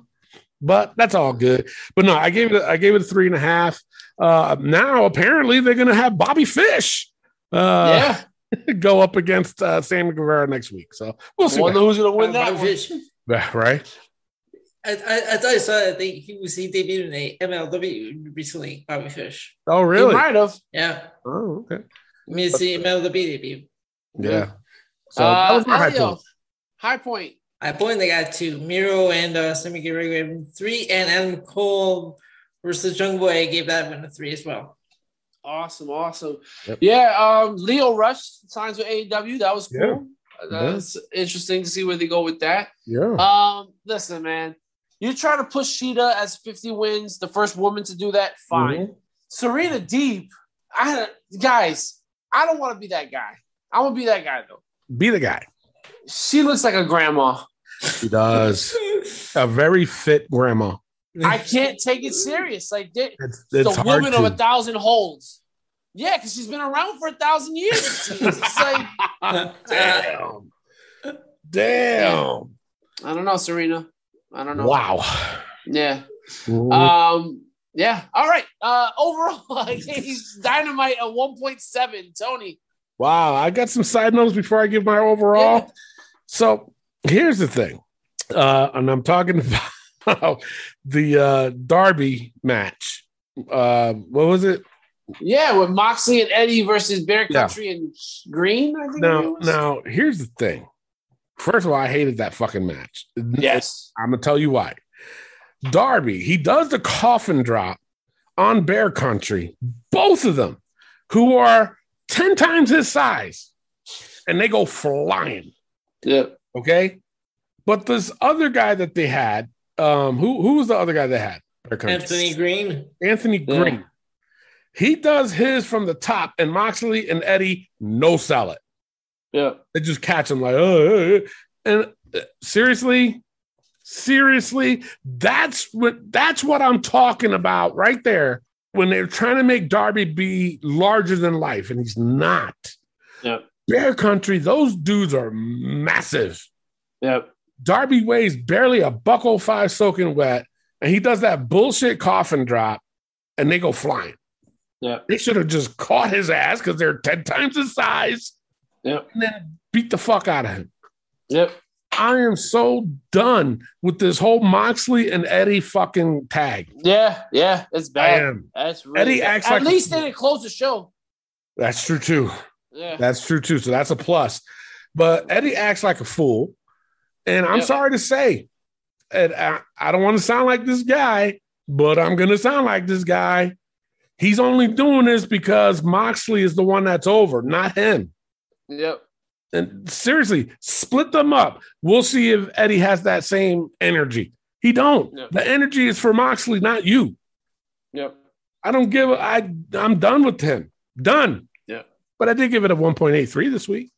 S6: But that's all good. But no, I gave it a, I gave it a three and a half. Uh now apparently they're gonna have Bobby Fish uh
S4: yeah.
S6: go up against uh Sammy Guevara next week. So we'll see.
S4: Wonder who's gonna win that
S5: Bobby
S4: one.
S5: Fish.
S6: Yeah, right?
S5: Um, I, I, I thought I saw that they, he was he debuted in a MLW recently, Bobby Fish.
S6: Oh really?
S4: He might have.
S5: Yeah,
S6: Oh, okay.
S5: I mean it's the MLW debut.
S6: Yeah. So that
S4: Uh,
S6: was my high
S4: Elio,
S6: point.
S4: high point.
S5: I point they got two. Miro and uh, Sammy Guerrero gave him three, and Adam Cole versus Jungle Boy gave that one a three as well.
S4: Awesome, awesome.
S6: Yep.
S4: Yeah, um, Leo Rush signs with AEW. That was cool.
S6: Yeah.
S4: That's interesting to see where they go with that.
S6: Yeah.
S4: Um, listen, man, you're trying to push Sheeta as 50 wins, the first woman to do that. Fine. Serena Deep, I guys, I don't want to be that guy. I want to be that guy though.
S6: Be the guy.
S4: She looks like a grandma.
S6: He does. a very fit grandma.
S4: I can't take it serious. Like they-
S6: It's, it's
S4: the
S6: hard
S4: woman
S6: to.
S4: of a thousand holds. Yeah, because she's been around for a thousand years. it seems. It's like
S5: uh,
S6: Damn. Damn.
S4: I don't know, Serena. I don't know.
S6: Wow.
S4: Yeah. Um. Yeah. All right. Uh. Overall, I gave dynamite a one point seven. Tony.
S6: Wow, I got some side notes before I give my overall. So here's the thing, uh, and I'm talking about the uh, Darby match. Uh, what was it?
S4: Yeah, with Moxley and Eddie versus Bear
S6: Yeah.
S4: Country and Green. I think it
S6: Now,
S4: was.
S6: now here's the thing. First of all, I hated that fucking match.
S4: Yes.
S6: I'm gonna tell you why. Darby, he does the coffin drop on Bear Country, both of them, who are 10 times his size, and they go flying.
S4: Yeah.
S6: Okay. But this other guy that they had, um, who who was the other guy they had? Bear Country.
S5: Anthony Green.
S6: Anthony
S4: Yeah.
S6: Green. He does his from the top, and Moxley and Eddie no sell it.
S4: Yeah.
S6: They just catch him like, oh, and uh, seriously, seriously, that's what that's what I'm talking about right there. When they're trying to make Darby be larger than life, and he's not.
S4: Yeah.
S6: Bear Country, those dudes are massive.
S4: Yeah.
S6: Darby weighs barely a buckle five soaking wet, and he does that bullshit coffin drop, and they go flying.
S4: Yeah.
S6: They should have just caught his ass because they're 10 times his size.
S4: Yeah.
S6: And then beat the fuck out of him.
S4: Yep.
S6: I am so done with this whole Moxley and Eddie fucking tag.
S4: Yeah. Yeah. It's
S6: I
S4: bad.
S6: am.
S4: That's really
S6: Eddie
S4: bad.
S6: acts
S4: At
S6: like a-
S4: least they didn't close the show.
S6: That's true too.
S4: Yeah.
S6: That's true too. So that's a plus. But Eddie acts like a fool. And I'm
S4: Yeah.
S6: sorry to say, and I, I don't want to sound like this guy, but I'm going to sound like this guy. He's only doing this because Moxley is the one that's over, not him.
S4: Yep.
S6: And seriously, split them up. We'll see if Eddie has that same energy. He don't.
S4: Yeah.
S6: The energy is for Moxley, not you.
S4: Yep.
S6: I don't give. a- I I'm done with him. Done.
S4: Yeah.
S6: But I did give it a 1.83 this week.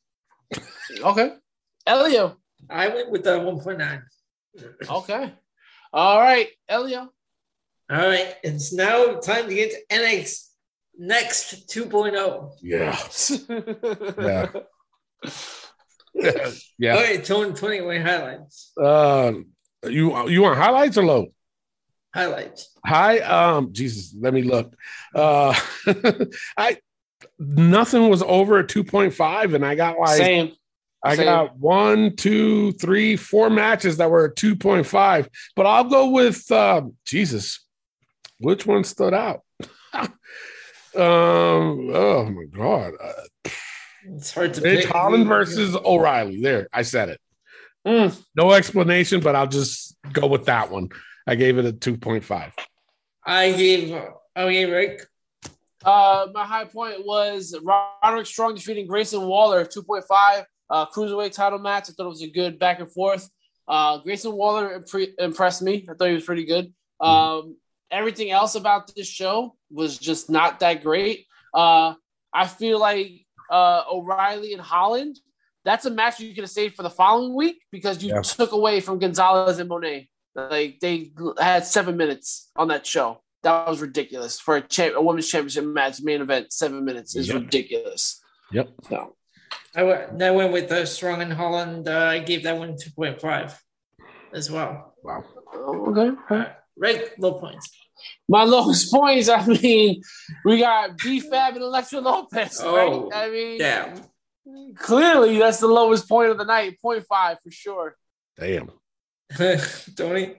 S4: Okay. Elio.
S5: I went with uh, the 1.9.
S4: Okay. All right, Elio.
S5: All right, it's now time to get to NX next oh. 2.0.
S6: Yeah.
S4: yeah.
S6: Yeah.
S5: All right, Tone 21 highlights.
S6: Uh, you you want highlights or low?
S5: Highlights.
S6: High. Um, Jesus, let me look. Uh, I nothing was over a 2.5, and I got like
S4: Same.
S6: I
S4: same.
S6: got one, two, three, four matches that were a 2.5. But I'll go with um, Jesus. Which one stood out? um, oh my god, uh,
S5: It's hard to
S6: Mitch
S5: pick.
S6: Holland versus O'Reilly. There, I said it.
S4: Mm.
S6: No explanation, but I'll just go with that one. I gave it a 2.5.
S5: I gave. Okay, Rick.
S4: Uh, my high point was Roderick Strong defeating Grayson Waller 2.5 uh, cruiserweight title match. I thought it was a good back and forth. Uh, Grayson Waller impre- impressed me. I thought he was pretty good. Um, everything else about this show was just not that great. Uh, I feel like uh, O'Reilly and Holland, that's a match you could have saved for the following week because you
S9: Yeah.
S4: took away from Gonzalez and Monet. Like they had seven minutes on that show. That was ridiculous for a, champ- a women's championship match main event. Seven minutes is
S9: Yeah.
S4: ridiculous.
S9: Yep.
S4: So
S5: I went, I went with uh, Strong and Holland. Uh, I gave that one 2.5 as well.
S4: okay.
S5: Right, low points.
S4: My lowest points. I mean, we got B Fab and Electra Lopez.
S5: Oh,
S4: right? I mean,
S5: Yeah.
S4: clearly that's the lowest point of the night. Point five for sure.
S6: Damn.
S5: Tony,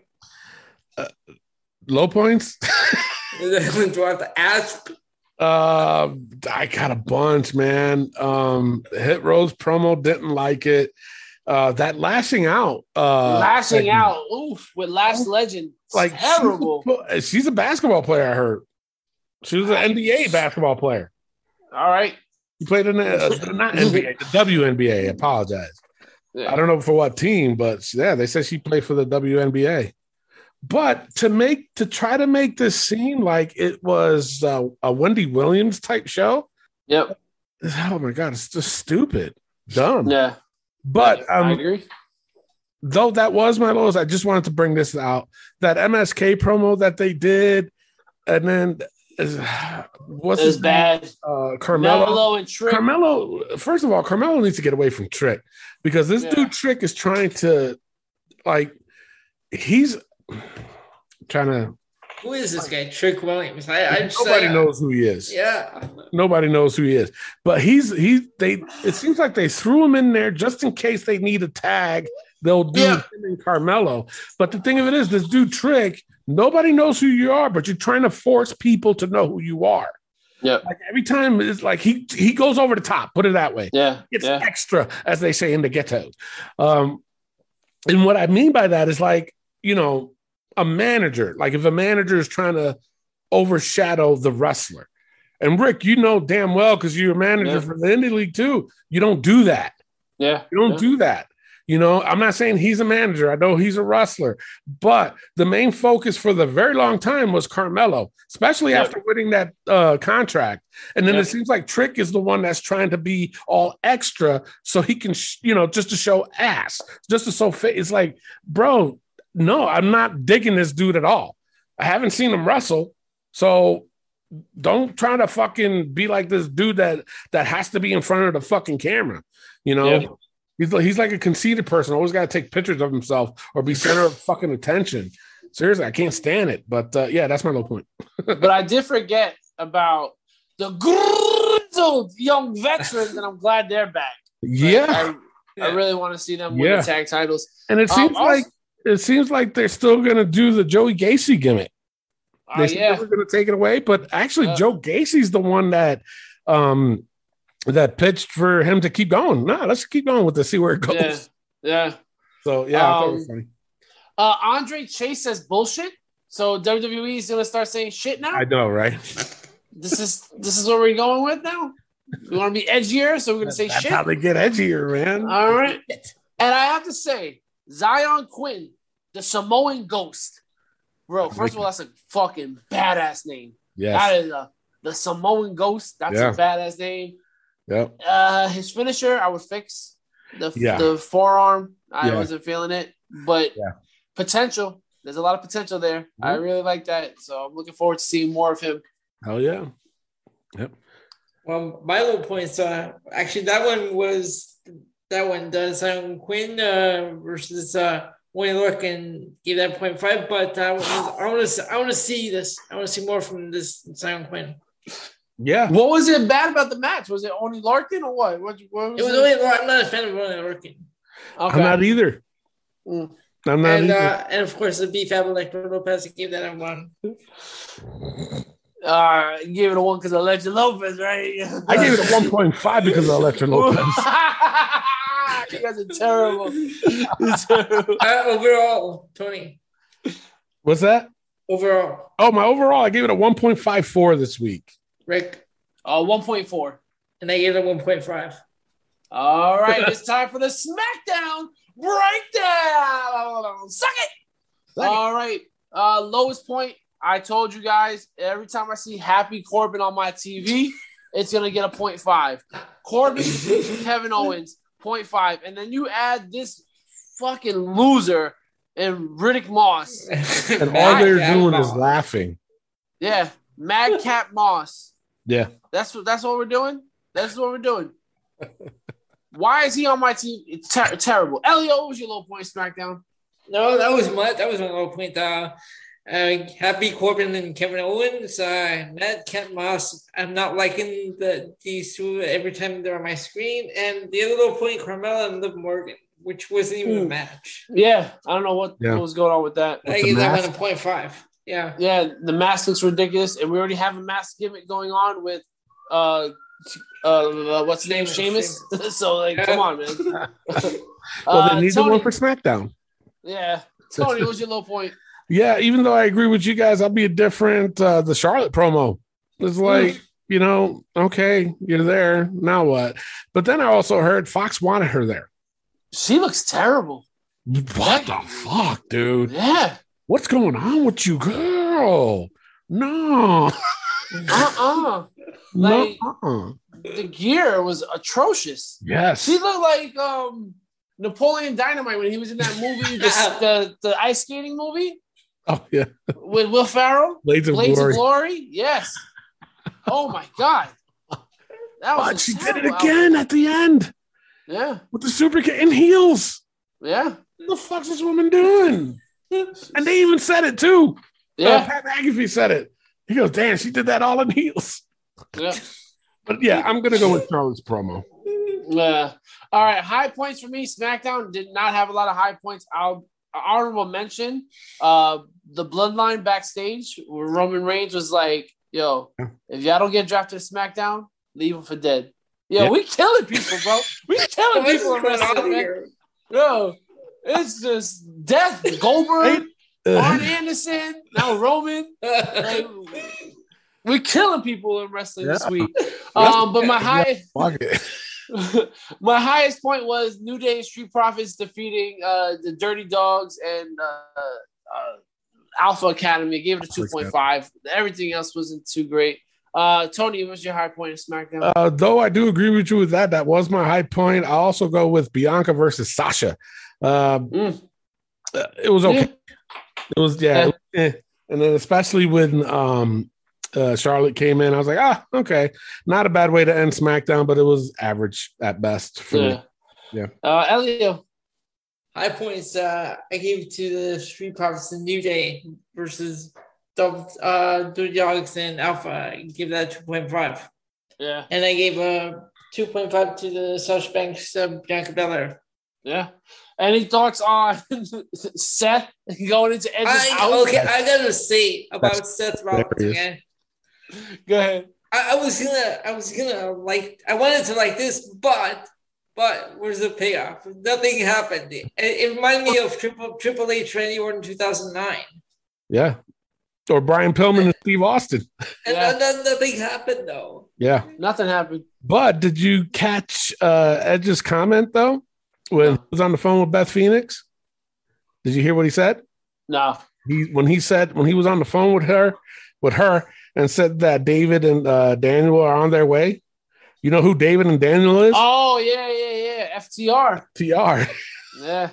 S6: Low points?
S5: do I have to ask?
S6: Uh, I got a bunch, man. Um, Hit Rose promo didn't like it. Uh, that lashing out, uh,
S4: Lashing
S6: segment,
S4: out. Oof, with Last Legend.
S6: like
S4: Like terrible.
S6: She's a, she's a basketball player. I heard she was an NBA basketball player.
S4: All right.
S6: She played in the uh, not NBA, the WNBA. Apologize. I don't know for what team, but yeah, they said she played for the WNBA. But to make to try to make this seem like it was uh, a Wendy Williams type show,
S4: Yep.
S6: oh my god, it's just stupid, dumb.
S4: Yeah.
S6: But
S4: I
S6: um,
S4: agree.
S6: though that was my lowest, I just wanted to bring this out that MSK promo that they did, and then uh,
S4: It was
S6: what's his name?
S4: bad.
S6: Uh,
S4: Carmelo,
S6: Carmelo.
S4: and Trick.
S6: Carmelo, first of all, Carmelo needs to get away from Trick because this
S4: Yeah.
S6: dude Trick is trying to, like, he's trying to.
S5: Who is this guy? Trick Williams. I, I just,
S6: Nobody
S5: I-
S6: knows who he is.
S5: Yeah.
S6: Nobody knows who he is. But he's he they. It seems like they threw him in there just in case they need a tag. They'll do
S4: Yeah.
S6: him and Carmelo. But the thing of it is, this dude Trick. Nobody knows who you are, but you're trying to force people to know who you are.
S4: Yep.
S6: Like every time, it's like he he goes over the top. Put it that way.
S4: Yeah.
S6: It's
S4: yeah.
S6: extra, as they say in the ghetto. Um, and what I mean by that is like, you know, a manager, like if a manager is trying to overshadow the wrestler. And Rick, you know damn well because you're a manager
S4: Yeah.
S6: for the Indy League too. You don't do that.
S4: Yeah.
S6: You don't
S4: yeah.
S6: do that. You know, I'm not saying he's a manager. I know he's a wrestler, but the main focus for the very long time was Carmelo, especially
S4: Yep.
S6: after winning that uh, contract. And then
S4: Yep.
S6: it seems like Trick is the one that's trying to be all extra so he can, sh- you know, just to show ass, just to show fit. It's like, bro, no, I'm not digging this dude at all. I haven't seen him wrestle, so don't try to fucking be like this dude that that has to be in front of the fucking camera. You know,
S4: Yeah.
S6: he's like, he's like a conceited person. Always got to take pictures of himself or be center of fucking attention. Seriously, I can't stand it. But uh, yeah, that's my low point.
S4: but I did forget about the grizzled young veterans, and I'm glad they're back. Like,
S6: Yeah,
S4: I, I really want to see them
S6: Yeah.
S4: win the tag titles.
S6: and it
S4: Um,
S6: seems
S4: also-
S6: like it seems like they're still gonna do the Joey Gacy gimmick.
S4: Oh
S6: They said
S4: yeah. Uh.
S6: they were going to take it away, but actually,
S4: Yeah.
S6: Joe Gacy's the one that um that pitched for him to keep going. Nah, let's keep going with this, see where it goes.
S4: Yeah. Yeah.
S6: So yeah, I thought it
S4: Um,
S6: was funny.
S4: Uh, Andre Chase says bullshit. So WWE is gonna start saying shit now.
S6: I know, right?
S4: this is this is what we're going with now. We want to be edgier, so we're gonna say
S6: That's
S4: shit. Uh,
S6: how they get edgier, man.
S4: All right. And I have to say, Zion Quinn, the Samoan Ghost, bro.
S6: like
S4: First of all, that's a fucking badass name.
S6: yes,
S4: That is a, the Samoan Ghost. That's
S6: Yeah.
S4: a badass name.
S6: yep.
S4: Uh, his finisher, I would fix the
S6: Yeah.
S4: the forearm. I
S6: Yeah.
S4: wasn't feeling it, but
S6: Yeah. Mm-hmm.
S4: potential. There's a lot of potential there. I really like that, so I'm looking forward to seeing more of him.
S6: Hell yeah.
S5: Well, my low points. Uh, actually, that one was that one does um, Quinn uh, versus uh, Wayne Look and give that point five. But uh, I want to I want to see this. I want to see more from this Zion Quinn.
S6: Yeah.
S4: What was it bad about the match? Was it only Larkin or what? What, what was
S5: It was only, I'm not a fan of Wayne Larkin.
S4: okay.
S6: I'm not either.
S4: Mm.
S6: I'm not
S5: And
S6: either.
S5: uh, and of course the B Fab Electro Lopez I gave that a one.
S4: Uh, you gave it a one because of Legend Lopez, right?
S6: I gave it a 1.5 because of Electra Lopez.
S4: you guys are terrible. You're terrible.
S5: Uh, overall, Tony.
S6: What's that?
S5: Overall,
S6: Oh, my overall, I gave it a 1.54 this week.
S5: Rick,
S4: Uh, 1.4.
S5: and I gave it a one point five.
S4: All right, it's time for the SmackDown breakdown. Suck it. All right, Uh, uh, lowest point, I told you guys every time I see Happy Corbin on my TV, it's gonna get a point five. Corbin, Kevin Owens, point five, and then you add this fucking loser and Riddick Moss.
S6: And all they're doing is laughing.
S4: Yeah, Madcap Moss.
S6: Yeah.
S4: That's what that's what we're doing. That's what we're doing. Why is he on my team? It's ter- terrible. Elio, what was your low point SmackDown?
S5: No, that was my that was my low point. Uh, uh, Happy Corbin and Kevin Owens. Uh, Matt Kent Moss. I'm not liking the these two every time they're on my screen. And the other low point, Carmella and Liv Morgan, which wasn't even a
S4: Hmm.
S5: match.
S4: Yeah, I don't know what,
S6: Yeah.
S4: what was going on with that.
S5: I
S6: the
S5: give that
S6: mask?
S5: one a point five. Yeah.
S4: Yeah, the mask looks ridiculous, and we already have a mask gimmick going on with uh, uh what's his name,
S5: Sheamus,
S4: Sheamus. so like, come on, man.
S6: Well,
S4: Uh,
S6: they need
S4: Tony-
S6: the one for SmackDown.
S4: yeah, Tony, what was your low point?
S6: Yeah, even though I agree with you guys, I'll be a different. Uh, the Charlotte promo It's like, you know, okay, you're there. Now what? But then I also heard Fox wanted her there.
S4: She looks terrible.
S6: What the fuck, dude?
S4: Yeah.
S6: What's going on with you, girl? No,
S4: Uh-uh.
S6: no.
S4: Like- The gear was atrocious.
S6: Yes,
S4: She looked like um Napoleon Dynamite when he was in that movie, the the, the ice skating movie
S6: oh yeah,
S4: with Will Ferrell,
S6: Blades of
S4: Blades
S6: Glory.
S4: of Glory. Yes. Oh my god. That was
S6: But
S4: a
S6: she did it
S4: terrible outfit.
S6: again at the end
S4: Yeah,
S6: with the super kick in heels.
S4: yeah,
S6: What the fuck's this woman doing? And they even said it too. Uh,
S4: yeah.
S6: Pat McAfee said it. He goes, "Damn, she did that all in heels."
S4: yeah.
S6: But yeah, I'm gonna go with Charlotte's promo.
S4: Yeah. Uh, all right, high points for me. SmackDown did not have a lot of high points. I'll honorable mention. Uh, the Bloodline backstage, where Roman Reigns was like, "Yo, if y'all don't get drafted to SmackDown, leave them for dead." Yo,
S6: Yeah.
S4: we killing people, bro. We killing
S5: What Oh, is
S4: people in
S5: going on
S4: wrestling, man.
S5: here?
S4: Yo, it's just death. Goldberg, Arn
S6: Uh,
S4: Anderson, now Roman. Like, we're killing people in wrestling this
S6: Yeah.
S4: week. Um, but my high,
S6: fuck it.
S4: my highest point was New Day and Street Profits defeating uh, the Dirty Dogs and uh, uh, Alpha Academy. I gave it a two point five. Everything else wasn't too great. Uh, Tony, what's your high point in SmackDown?
S6: Uh, though I do agree with you with that. That was my high point. I also go with Bianca versus Sasha. Uh,
S4: Mm.
S6: uh, it was okay. It was yeah.
S4: Yeah.
S6: it was, eh. And then especially when um uh Charlotte came in, I was like, ah, okay. Not a bad way to end SmackDown, but it was average at best for me.
S4: yeah.
S6: Yeah.
S4: Uh, Elio.
S5: High points uh, I gave to the Street Profits and New Day versus Dub- uh, Dirty Dogs and Alpha. I give that 2.5.
S4: Yeah.
S5: And I gave uh, a 2.5 to the Sasha Banks uh, Bianca Belair.
S4: Yeah. Any thoughts on Seth going into Edge's
S5: I,
S4: house?
S5: okay, I gotta say about
S6: That's
S5: Seth Rollins
S6: hilarious.
S5: again.
S4: Go ahead.
S5: I, I was gonna, I was gonna like, I wanted to like this, but, but where's the payoff? Nothing happened. It, it reminded me of Triple Triple H Randy Orton 2009.
S6: Yeah. Or Brian Pillman and Steve Austin.
S5: And
S4: Yeah.
S5: then nothing happened though.
S6: Yeah.
S4: Nothing happened.
S6: But did you catch uh Edge's comment though? When he was on the phone with Beth Phoenix? Did you hear what he said?
S4: No.
S6: He when he said when he was on the phone with her, with her, and said that David and uh Daniel are on their way. You know who David and Daniel is?
S4: Oh yeah, yeah, yeah. FTR.
S6: TR.
S4: Yeah.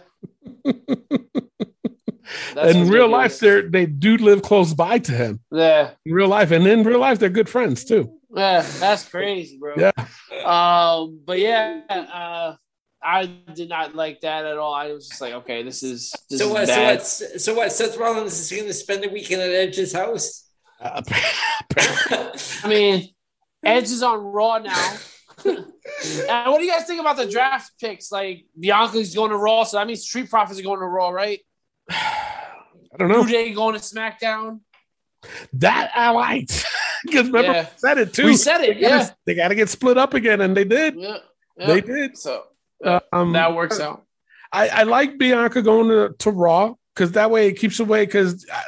S4: That's
S6: in real life,
S4: ridiculous.
S6: they they do live close by to him
S4: Yeah.
S6: in real life, and in real life, they're good friends too.
S4: Yeah. That's crazy, bro.
S6: Yeah,
S4: Um, but yeah, uh I did not like that at all. I was just like, okay, this is this
S5: so
S4: is
S5: what? So
S4: bad.
S5: what? So what? Seth Rollins is going to spend the weekend at Edge's house.
S6: Uh,
S4: I mean, Edge is on Raw now. and what do you guys think about the draft picks? Like Bianca's going to Raw, so that means Street Profits are going to Raw, right?
S6: I don't
S4: New
S6: know
S4: Day going to SmackDown.
S6: that I liked because remember
S4: Yeah.
S6: I said it too.
S4: We said it,
S6: They gotta-
S4: yeah.
S6: they got to get split up again, and they did.
S4: Yeah.
S6: They
S4: yeah.
S6: did.
S4: So
S6: Uh, um,
S4: that works out.
S6: I, I like Bianca going to, to Raw because that way it keeps away. Because I,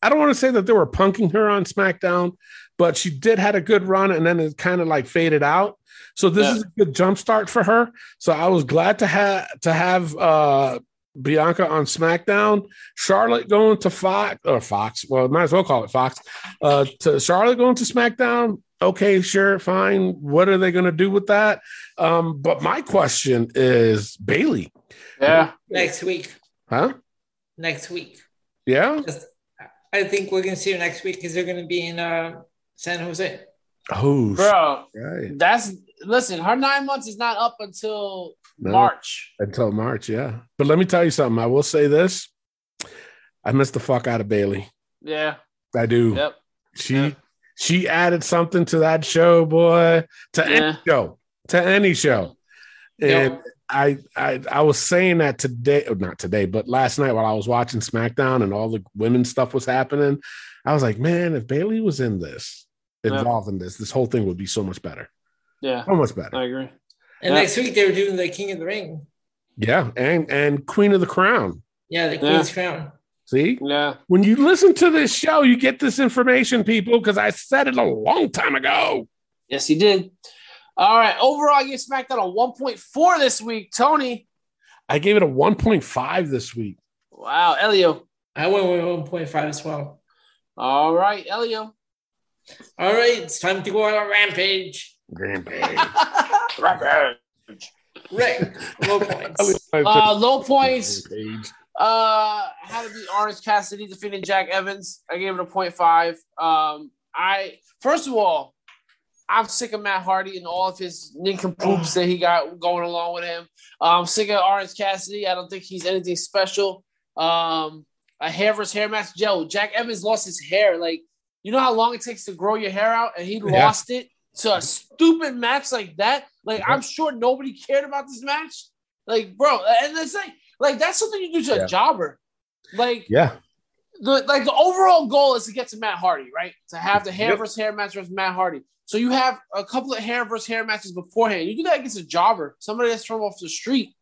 S6: I don't want to say that they were punking her on SmackDown, but she did had a good run and then it kind of like faded out. So this
S4: Yeah.
S6: is a good jump start for her. So I was glad to have to have uh, Bianca on SmackDown, Charlotte going to Fox or Fox. Well, might as well call it Fox. Uh, to Charlotte going to SmackDown. Okay, sure, fine. What are they going to do with that? Um, but my question is Bailey,
S4: Yeah.
S5: next week.
S6: huh?
S5: Next week.
S6: Yeah.
S5: I think we're gonna see her next week because they're gonna be in uh, San Jose.
S6: Oh,
S4: Bro,
S6: right.
S4: that's listen, her nine months is not up until
S6: No.
S4: March.
S6: until March. Yeah. But let me tell you something. I will say this: I missed the fuck out of Bailey.
S4: Yeah.
S6: I do.
S4: Yep.
S6: She
S4: Yeah.
S6: she added something to that show, boy. To
S4: Yeah.
S6: any show, to any show. And
S4: Yep.
S6: I, I I was saying that today, oh, not today, but last night while I was watching SmackDown and all the women's stuff was happening, I was like, man, if Bailey was in this,
S4: Yeah.
S6: involved in this, this whole thing would be so much better,
S4: Yeah.
S6: so much better.
S4: I agree.
S5: And
S4: Yeah.
S5: next week they're doing the King of the Ring.
S6: Yeah, and and Queen of the Crown.
S5: Yeah, the
S4: Yeah.
S5: Queen's Crown.
S6: See,
S4: Yeah.
S6: when you listen to this show, you get this information, people, because I said it a long time ago.
S4: Yes, he did. All right. Overall, I gave SmackDown a 1.4 this week. Tony.
S6: I gave it a 1.5 this week.
S4: Wow. Elio.
S5: I went with one point five as well.
S4: All right. Elio.
S5: All right, it's time to go on a rampage.
S6: Grandpa.
S5: Rick, low points.
S4: Uh, low points. Uh, had to be Orange Cassidy defeating Jack Evans. I gave it a point five. Um, I first of all, I'm sick of Matt Hardy and all of his nincompoops that he got going along with him. Uh, I'm sick of Orange Cassidy. I don't think he's anything special. Um, a hair versus hair match. Joe Jack Evans lost his hair. Like you know how long it takes to grow your hair out, and he
S6: Yeah.
S4: lost it to a stupid match like that. Like I'm
S6: Mm-hmm.
S4: sure nobody cared about this match. Like bro, and it's like like that's something you do to
S6: Yeah.
S4: a jobber. Like
S6: Yeah.
S4: the like the overall goal is to get to Matt Hardy, right? To have the hair
S6: Yep.
S4: versus hair match versus Matt Hardy. So you have a couple of hair versus hair matches beforehand. You do that against a jobber, somebody that's from off the street.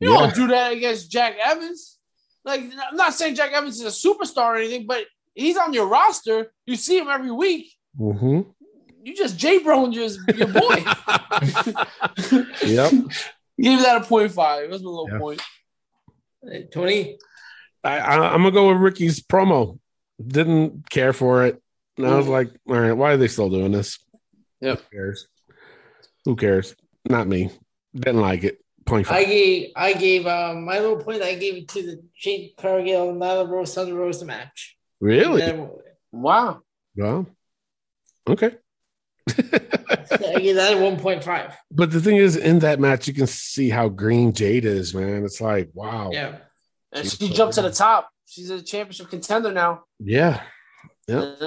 S4: You don't do that against Jack Evans. Like I'm not saying Jack Evans is a superstar or anything, but he's on your roster. You see him every week.
S6: Mm-hmm.
S4: You just J Broned your, your boy.
S6: Mm-hmm. Yep.
S4: Give that a point five. That's my little
S6: Yeah.
S4: point.
S5: Tony,
S6: I, I, I'm gonna go with Ricky's promo. Didn't care for it. And I was like, all right, why are they still doing this?
S4: Yep.
S6: Who cares? Who cares? Not me. Didn't like it. Point
S5: I
S6: five.
S5: gave I gave um, my low point. I gave it to the Jade Cargill Nyla Rose Thunder Rose match.
S6: really?
S5: Then-
S4: Wow.
S6: Well, okay.
S5: I gave that one point five.
S6: But the thing is, in that match, you can see how green Jade is, man. It's like, wow.
S5: Yeah,
S4: And
S6: She's
S4: she
S6: so
S4: jumped to
S6: good.
S4: the top. She's a championship contender now. Uh,
S6: Yeah. Yep.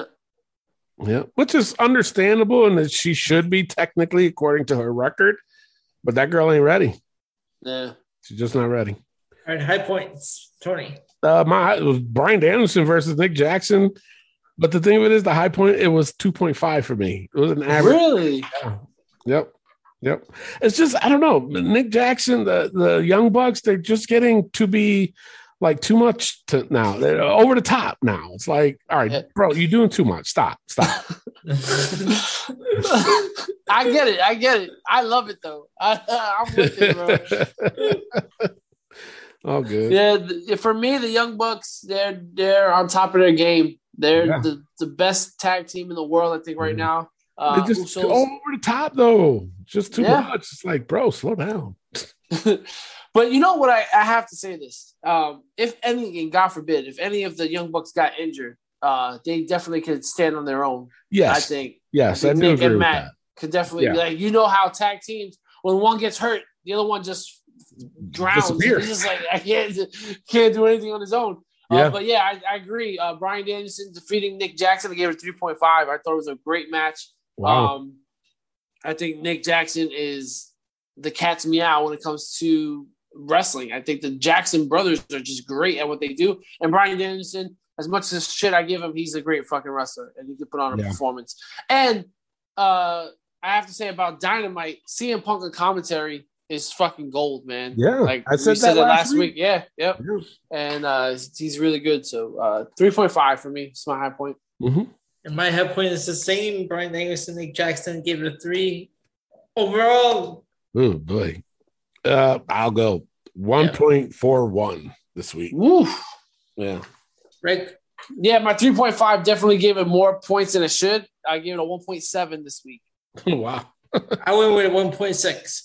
S6: Yeah, which is understandable and that she should be technically according to her record, but that girl ain't ready.
S4: Yeah.
S6: She's just not ready.
S5: all right, high points. Tony,
S6: Uh, my it was Brian Danielson versus Nick Jackson, but the thing of it is, the high point it was two point five for me. It was an average.
S4: Really?
S6: Yep, yep. It's just I don't know. Nick Jackson, the the young bucks, they're just getting to be like too much to now. They're over the top now. It's like, all
S4: Yeah.
S6: right, bro, you're doing too much. Stop, stop.
S4: I get it. I get it. I love it though. I, I'm with it, bro.
S6: All good.
S4: Yeah, th- for me, the Young Bucks, they're they're on top of their game. They're
S6: Yeah.
S4: the, the best tag team in the world, I think, right
S6: Mhm.
S4: now.
S6: They're
S4: Uh,
S6: just
S4: Usos.
S6: over the top though. Just too
S4: Yeah.
S6: much. It's like, bro, slow down.
S4: but you know what? I, I have to say this. Um, if any, and God forbid, if any of the Young Bucks got injured, uh, they definitely could stand on their own. I
S6: Yes,
S4: think
S6: yes, I do
S4: Nick
S6: agree
S4: and
S6: with
S4: Matt
S6: that.
S4: could definitely
S6: Yeah.
S4: like you know how tag teams when one gets hurt, the other one just drowns.
S6: Disappear.
S4: He's just like I can't can't do anything on his own.
S6: Yeah.
S4: Uh, but yeah, I, I agree. Uh, Brian Danielson defeating Nick Jackson, I gave it three point five. I thought it was a great match.
S6: Wow.
S4: Um, I think Nick Jackson is the cat's meow when it comes to wrestling. I think the Jackson brothers are just great at what they do. And Brian Danielson, as much as shit I give him, he's a great fucking wrestler and he can put on a
S6: Yeah.
S4: performance. And uh, I have to say about Dynamite, CM Punk on commentary is fucking gold, man.
S6: yeah,
S4: Like
S6: I said
S4: we
S6: that
S4: said it
S6: last week.
S4: Yeah, yep.
S6: Yeah.
S4: And uh, he's really good. So uh, 3.5 for me. It's my high point.
S6: Mhm.
S5: and my high point is the same. Brian Danielson, Nick Jackson gave it a three. Overall,
S6: Oh boy. Uh, I'll go 1.41. this week.
S4: Woo.
S6: Yeah.
S5: Right?
S4: Yeah, my 3.5 definitely gave it more points than it should. I gave it a 1.7 this week.
S6: wow.
S5: I went with 1.6.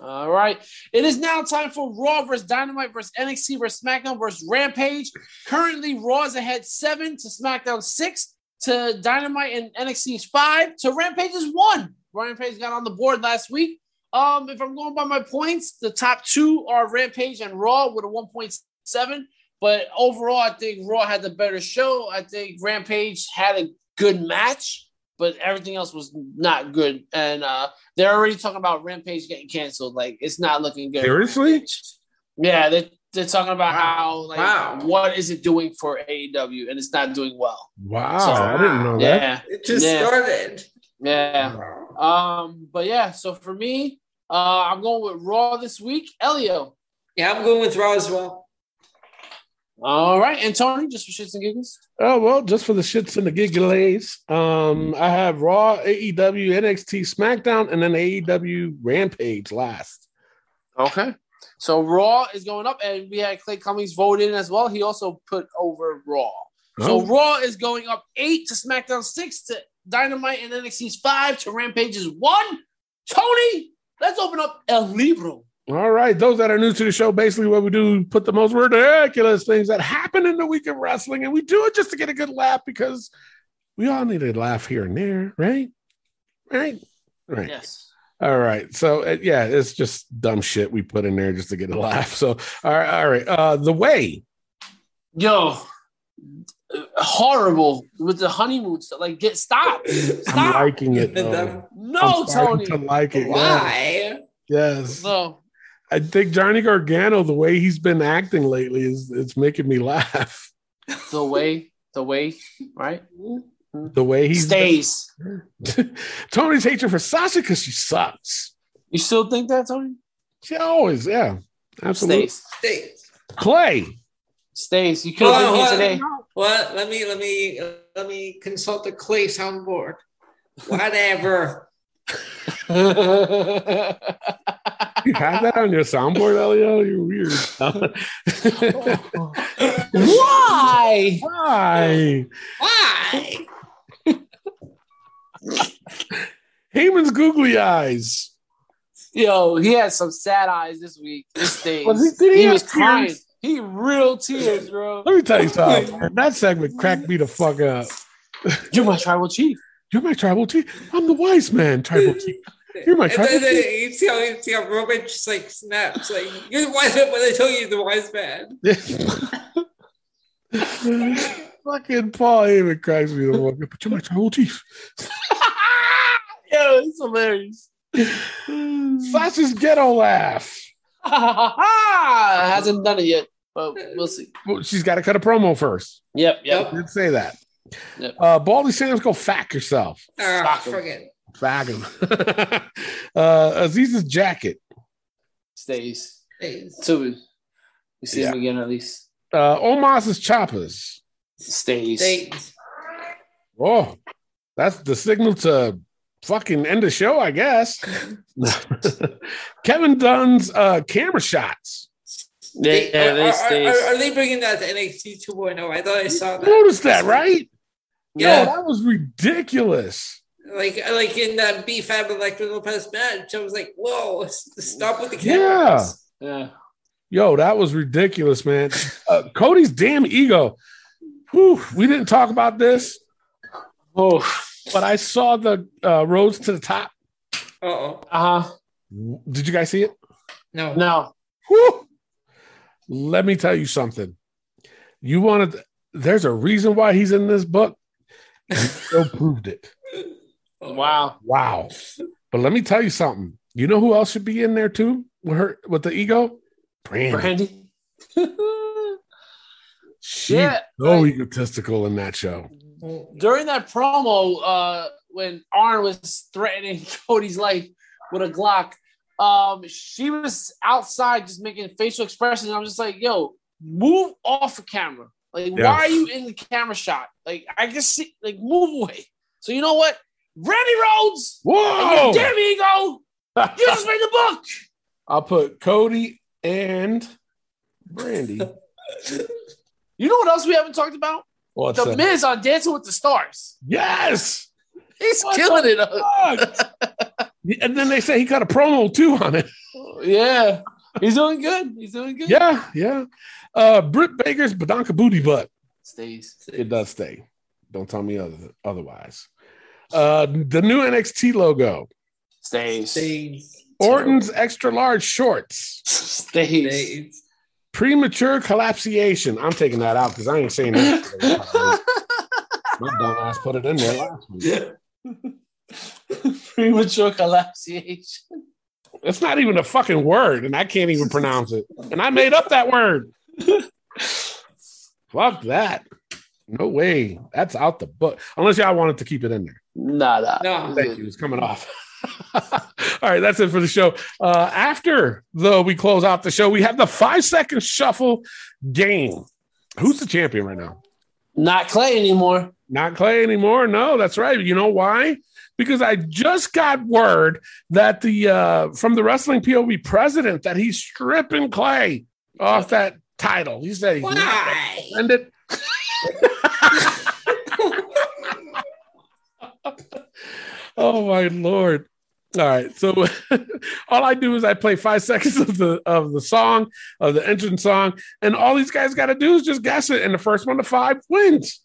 S4: All right. It is now time for Raw versus Dynamite versus NXT versus SmackDown versus Rampage. Currently, Raw is ahead seven to SmackDown six to Dynamite and NXT is five to Rampage is one. Rampage got on the board last week. Um, if I'm going by my points, the top two are Rampage and Raw with a 1.7. But overall, I think Raw had the better show. I think Rampage had a good match, but everything else was not good. And uh, they're already talking about Rampage getting canceled. Like it's not looking good.
S6: Seriously?
S4: Yeah, they're, they're talking about
S5: Wow.
S4: how like
S5: Wow.
S4: what is it doing for AEW, and it's not doing well.
S6: Wow.
S4: So-
S6: I didn't know that.
S4: Yeah,
S5: It just
S4: Yeah.
S5: started.
S4: yeah. Um, but yeah, so for me, uh, I'm going with Raw this week. Elio.
S5: Yeah, I'm going with Raw as well.
S4: All right, and Tony, just for shits and giggles.
S6: Oh well, just for the shits and the giggles, um, I have Raw, E AEW, NXT, SmackDown, and then AEW Rampage last.
S4: Okay. So Raw is going up, and we had Clay Cummings vote in as well. He also put over Raw. So
S6: Oh,
S4: Raw is going up eight to SmackDown six to Dynamite and NXT's five to Rampage's one. Tony, let's open up El Libro.
S6: all right, those that are new to the show, basically what we do, we put the most ridiculous things that happen in the week of wrestling, and we do it just to get a good laugh because we all need a laugh here and there, right? Right, right.
S4: Yes.
S6: All right. So uh, yeah, it's just dumb shit we put in there just to get a laugh. So all right, all right. Uh the way.
S4: Yo, horrible with the honeymoon stuff. Like, get stop,
S6: I'm
S4: stop.
S6: liking it.
S5: And
S6: though.
S5: then-
S4: No,
S6: I'm starting
S4: Tony.
S6: to like it. yeah.
S5: Why?
S6: Yes.
S4: So
S6: I think Johnny Gargano, the way he's been acting lately, is it's making me laugh.
S4: the way, the way, right?
S6: The way he's
S4: Stays.
S6: Tony's hatred for Sasha because she sucks.
S4: You still think that, Tony?
S6: She always, yeah, absolutely.
S4: Stays.
S5: Hey,
S6: Clay,
S4: Stays. You could have been
S5: Hold
S4: here
S5: on,
S4: today.
S5: Well, let me let me let me consult the clay soundboard. Whatever.
S6: you have that on your soundboard, Elio? You're weird.
S4: Why?
S6: Why?
S5: Why?
S6: Heyman's googly eyes.
S4: Yo, he had some sad eyes this week. This thing.
S6: Was he-
S4: he,
S6: did he have
S4: was crying.
S6: tears?
S4: He real tears, bro.
S6: Let me tell you something. man. That segment cracked me the fuck up.
S4: You're my tribal chief.
S6: You're my tribal chief. I'm the wise man, tribal chief. You're my
S5: And then,
S6: tribal chief.
S5: uh, you see how you see how Roman just like snaps, like you're the wise man when I told you you're the wise man.
S6: Fucking Paul Heyman cracks me the fuck up. But you're my tribal chief.
S4: Yo, it's hilarious.
S6: Sasha's ghetto laugh.
S4: Hasn't done it yet, but we'll see.
S6: Well, she's got to cut a promo first.
S4: Yep, yep.
S6: Let's say that.
S4: Yep.
S6: Uh, Baldy Sam's go fack yourself.
S5: Ah, forget.
S6: Fack him. uh, Aziz's jacket.
S4: Stays.
S5: it.
S4: Till we, we see him
S6: Yeah.
S4: again at least.
S6: Uh, Omos's choppers.
S4: Stays.
S5: They-
S6: Oh, that's the signal to fucking end the show, I guess. Kevin Dunn's uh, camera shots.
S4: Yeah, yeah,
S5: are,
S4: they
S5: are,
S4: stays.
S5: are, are they bringing that to NXT 2.0? oh? I thought I saw that.
S6: Notice that, right? Yo,
S4: Yeah.
S6: that was ridiculous.
S5: Like like in that B Fab Electro Lopez match, I was like, whoa, s- stop with the
S6: Yeah.
S5: cameras.
S4: Yeah.
S6: Yo, that was ridiculous, man. Uh, Cody's damn ego. Whew, we didn't talk about this,
S4: Oh.
S6: but I saw the uh, roads to the top.
S5: Yeah. Uh oh.
S4: Uh huh.
S6: Did you guys see it?
S5: No.
S4: No.
S6: Whew. Let me tell you something. You wanted. there's a reason why he's in this book. And he still proved it.
S4: Wow.
S6: Wow. But let me tell you something. You know who else should be in there too? With her, with the ego, Brandy.
S4: Brandy.
S6: She's
S4: yeah.
S6: so
S4: like-
S6: egotistical in that show.
S4: during that promo, uh, when Arn was threatening Cody's life with a Glock, um, she was outside just making facial expressions. I'm just like, yo, move off the camera. Like,
S6: Yeah.
S4: why are you in the camera shot? Like, I can see, like, move away. So you know what? Randy Rhodes,
S6: Whoa!
S4: you damn ego, you just made the book.
S6: I'll put Cody and Brandy.
S4: You know what else we haven't talked about?
S6: What's
S4: the
S6: up?
S4: Miz on Dancing with the Stars.
S6: Yes.
S4: He's
S6: What
S4: killing it.
S6: Fuck. and then they say he got a promo too on it.
S4: Yeah. He's doing good. He's doing good.
S6: Yeah, yeah. Uh Britt Baker's Badonka Booty Butt.
S4: Stays.
S6: It does stay. Don't tell me other, otherwise. Uh the new NXT logo.
S4: Stays. Stays.
S5: Stays.
S6: Orton's extra large shorts.
S4: Stays.
S5: Stays.
S6: Premature collapsiation. I'm taking that out because I ain't saying that. My dumb ass put it in there last week.
S4: Premature collapsiation.
S6: It's not even a fucking word, and I can't even pronounce it. And I made up that word. Fuck that. No way. That's out the book. Unless y'all wanted to keep it in there.
S4: Nah, nah.
S5: No.
S6: Thank you. It's coming off. All right, that's it for the show. Uh, after though we close out the show, we have the five second shuffle game. Who's the champion right now?
S4: Not Clay anymore.
S6: Not Clay anymore. No, that's right. You know why? Because I just got word that the uh, from the wrestling POV president that he's stripping Clay off that title. He said he's not gonna
S5: Why?
S6: defend it. oh my lord! All right, so all I do is I play five seconds of the of the song of the entrance song, and all these guys got to do is just guess it, and the first one to five wins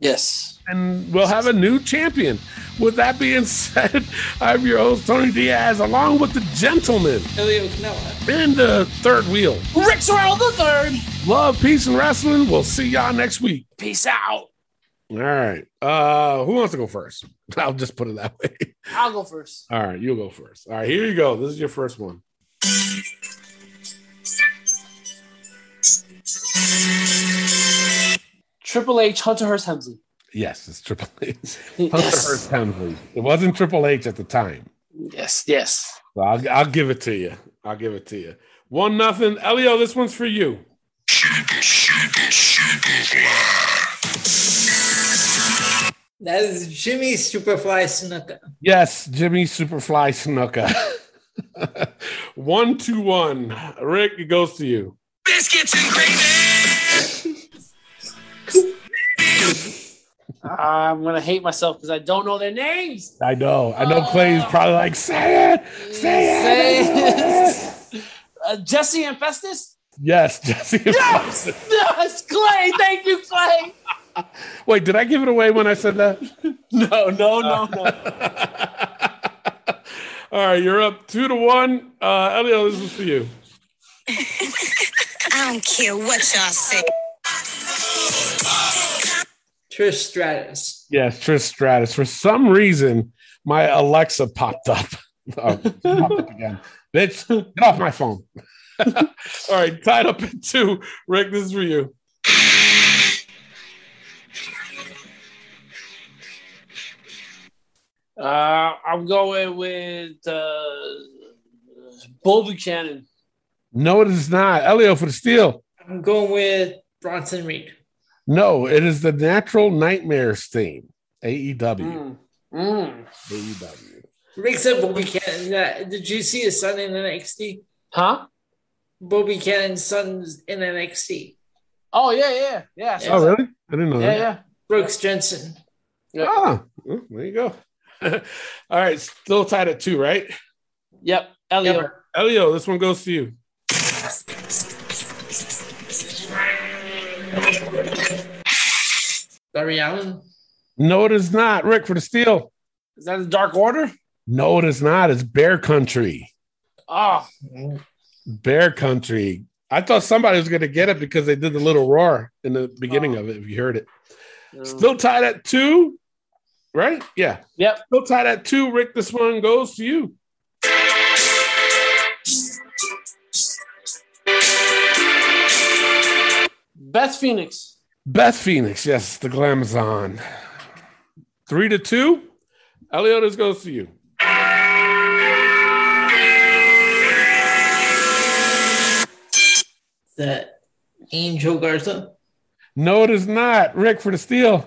S4: Yes.
S6: and we'll have a new champion. With that being said, I'm your host, Tony Diaz, along with the gentleman
S5: Elio Canella.
S6: in the third wheel.
S4: Rick Sorrell the third.
S6: Love, peace, and wrestling. We'll see y'all next week.
S4: Peace out.
S6: All right. Uh, who wants to go first? I'll just put it that way.
S4: I'll go first.
S6: All right, you go first. All right, here you go. This is your first one.
S4: Triple H, Hunter Hearst Hemsley.
S6: Yes, it's Triple H. Hunter
S4: Yes.
S6: Hearst Hemsley. It wasn't Triple H at the time.
S4: Yes. Yes.
S6: So I'll, I'll give it to you. I'll give it to you. One nothing. Elio, this one's for you.
S5: That is Jimmy Superfly Snuka.
S6: Yes, Jimmy Superfly Snuka. one two one. Rick, it goes to you.
S5: eh?
S4: I'm gonna hate myself because I don't know their names.
S6: I know. I know Clay's probably like, say it, say it.
S4: Say uh, Jesse and Festus.
S6: Yes, Jesse.
S4: Yes. Yes. Clay. Thank you, Clay.
S6: Wait, did I give it away when I said that?
S4: No. No. No. No.
S6: All right, you're up two to one. Uh Elio, this is for you.
S9: I don't care what y'all say.
S5: Trish Stratus.
S6: Yes, Trish Stratus. For some reason, my Alexa popped up. Oh, it popped up again. Bitch, get off my phone. All right, tied up at two. Rick, this is for you.
S4: Uh, I'm going with uh, Bull Buchanan.
S6: No, it is not. Elio for the steal.
S5: I'm going with Bronson Reed.
S6: No, it is the Natural Nightmares theme. AEW.
S4: Mm. Mm.
S6: AEW.
S5: Rick said Bobby Cannon. Uh, did you see his son in NXT?
S4: Huh?
S5: Bobby Cannon's son's in NXT.
S4: Oh yeah, yeah, yeah. I saw
S6: Oh,
S4: that.
S6: really? I didn't know
S4: Yeah,
S6: that.
S4: yeah.
S5: Brooks Jensen.
S6: Ah, well, there you go. All right, still tied at two, right?
S4: Yep. Elio.
S6: Elio, this one goes to you.
S5: Darby Allen.
S6: No, it is not. Rick for the steal.
S4: Is that the Dark Order?
S6: No, it is not. It's Bear Country.
S4: Oh,
S6: Bear Country. I thought somebody was going to get it because they did the little roar in the beginning of it. If you heard it,
S4: Oh.
S6: still tied at two, right? Yeah.
S4: Yep.
S6: Still tied at two. Rick, this one goes to you.
S4: Beth Phoenix.
S6: Beth Phoenix, yes, the Glamazon. Three to two. Elio, this goes to you.
S5: That Angel Garza.
S6: No, it is not. Rick for the steal.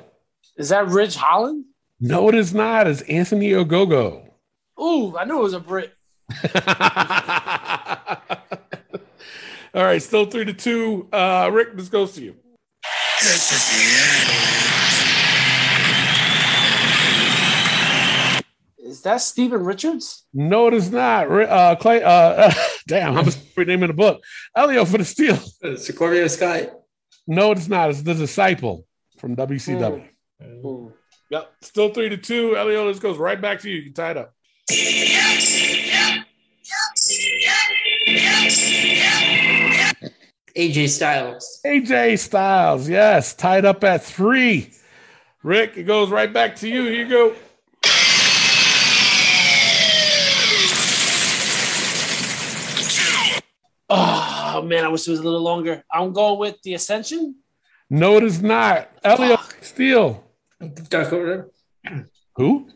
S4: Is that Ridge Holland?
S6: No, it is not. It's Anthony Ogogo.
S4: Ooh, I knew it was a Brit.
S6: All right, still three to two. Uh, Rick, this goes to you.
S9: This is the end.
S4: Is that Steven Richards?
S6: No, it is not. Ri- Uh, Clay, uh, damn, I'm renaming the book. Elio for the steal.
S5: Scorpio Uh, Sky.
S6: No, it's not. It's the disciple from WCW.
S4: Ooh.
S6: Yep, still three to two. Elio, this goes right back to you. You can tie it up.
S5: AJ Styles.
S6: AJ Styles, yes, tied up at three. Rick, it goes right back to you. Here you go.
S4: Oh man, I wish it was a little longer. I'm going with the Ascension.
S6: No, it is not. Elio Steele.
S5: Dark Order.
S6: Who?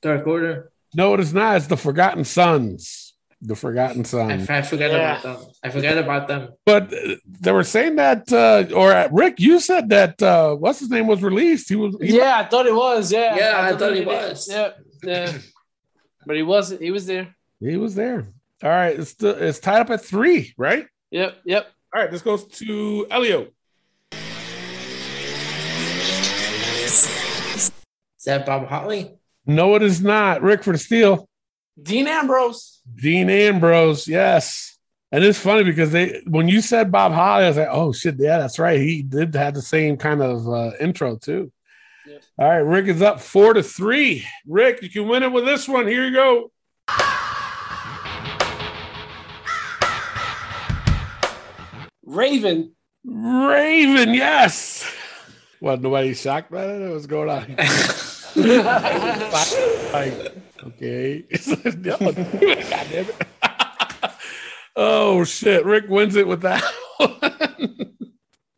S5: Dark Order.
S6: No, it is not. It's the Forgotten Sons. The Forgotten
S5: I,
S6: Sons.
S5: I forgot
S4: Yeah.
S5: about them. I forgot about them.
S6: But uh, they were saying that, uh, or uh, Rick, you said that uh, what's his name was released. He was. he-
S4: Yeah, I thought it was. Yeah,
S5: Yeah, I thought
S4: it
S5: he was.
S4: Yeah, yeah. but he wasn't. He was there.
S6: He was there. All right, it's the, it's tied up at three, right?
S4: Yep, yep.
S6: All right, this goes to Elio.
S5: Is that Bob Holly?
S6: No, it is not. Rick for the steal.
S4: Dean Ambrose.
S6: Dean Ambrose, yes. And it's funny because they when you said Bob Holly, I was like, oh shit, yeah, that's right. He did have the same kind of uh, intro too.
S4: Yep.
S6: All right, Rick is up four to three. Rick, you can win it with this one. Here you go.
S4: Raven.
S6: Raven, yes. What nobody shocked by that? What's going on? Like, okay. No, God damn it. oh shit. Rick wins it with that one.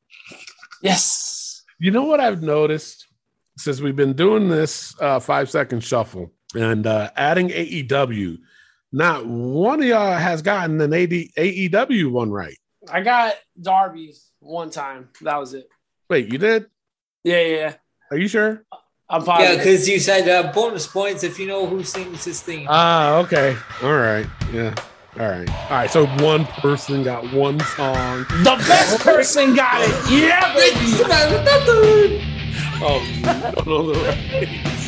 S4: yes.
S6: You know what I've noticed since we've been doing this uh, five second shuffle and uh, adding AEW, not one of y'all has gotten an AD, AEW E one right.
S4: I got Darby one time. That was it.
S6: Wait, you did?
S4: Yeah, yeah. yeah.
S6: Are you sure?
S4: I'm
S5: Yeah,
S4: positive.
S5: because you said uh, bonus points if you know who sings his theme.
S6: Ah, okay. All right. Yeah. All right. All right. So one person got one song.
S4: the best person got it. Yeah, baby.
S6: Oh, you don't know the right.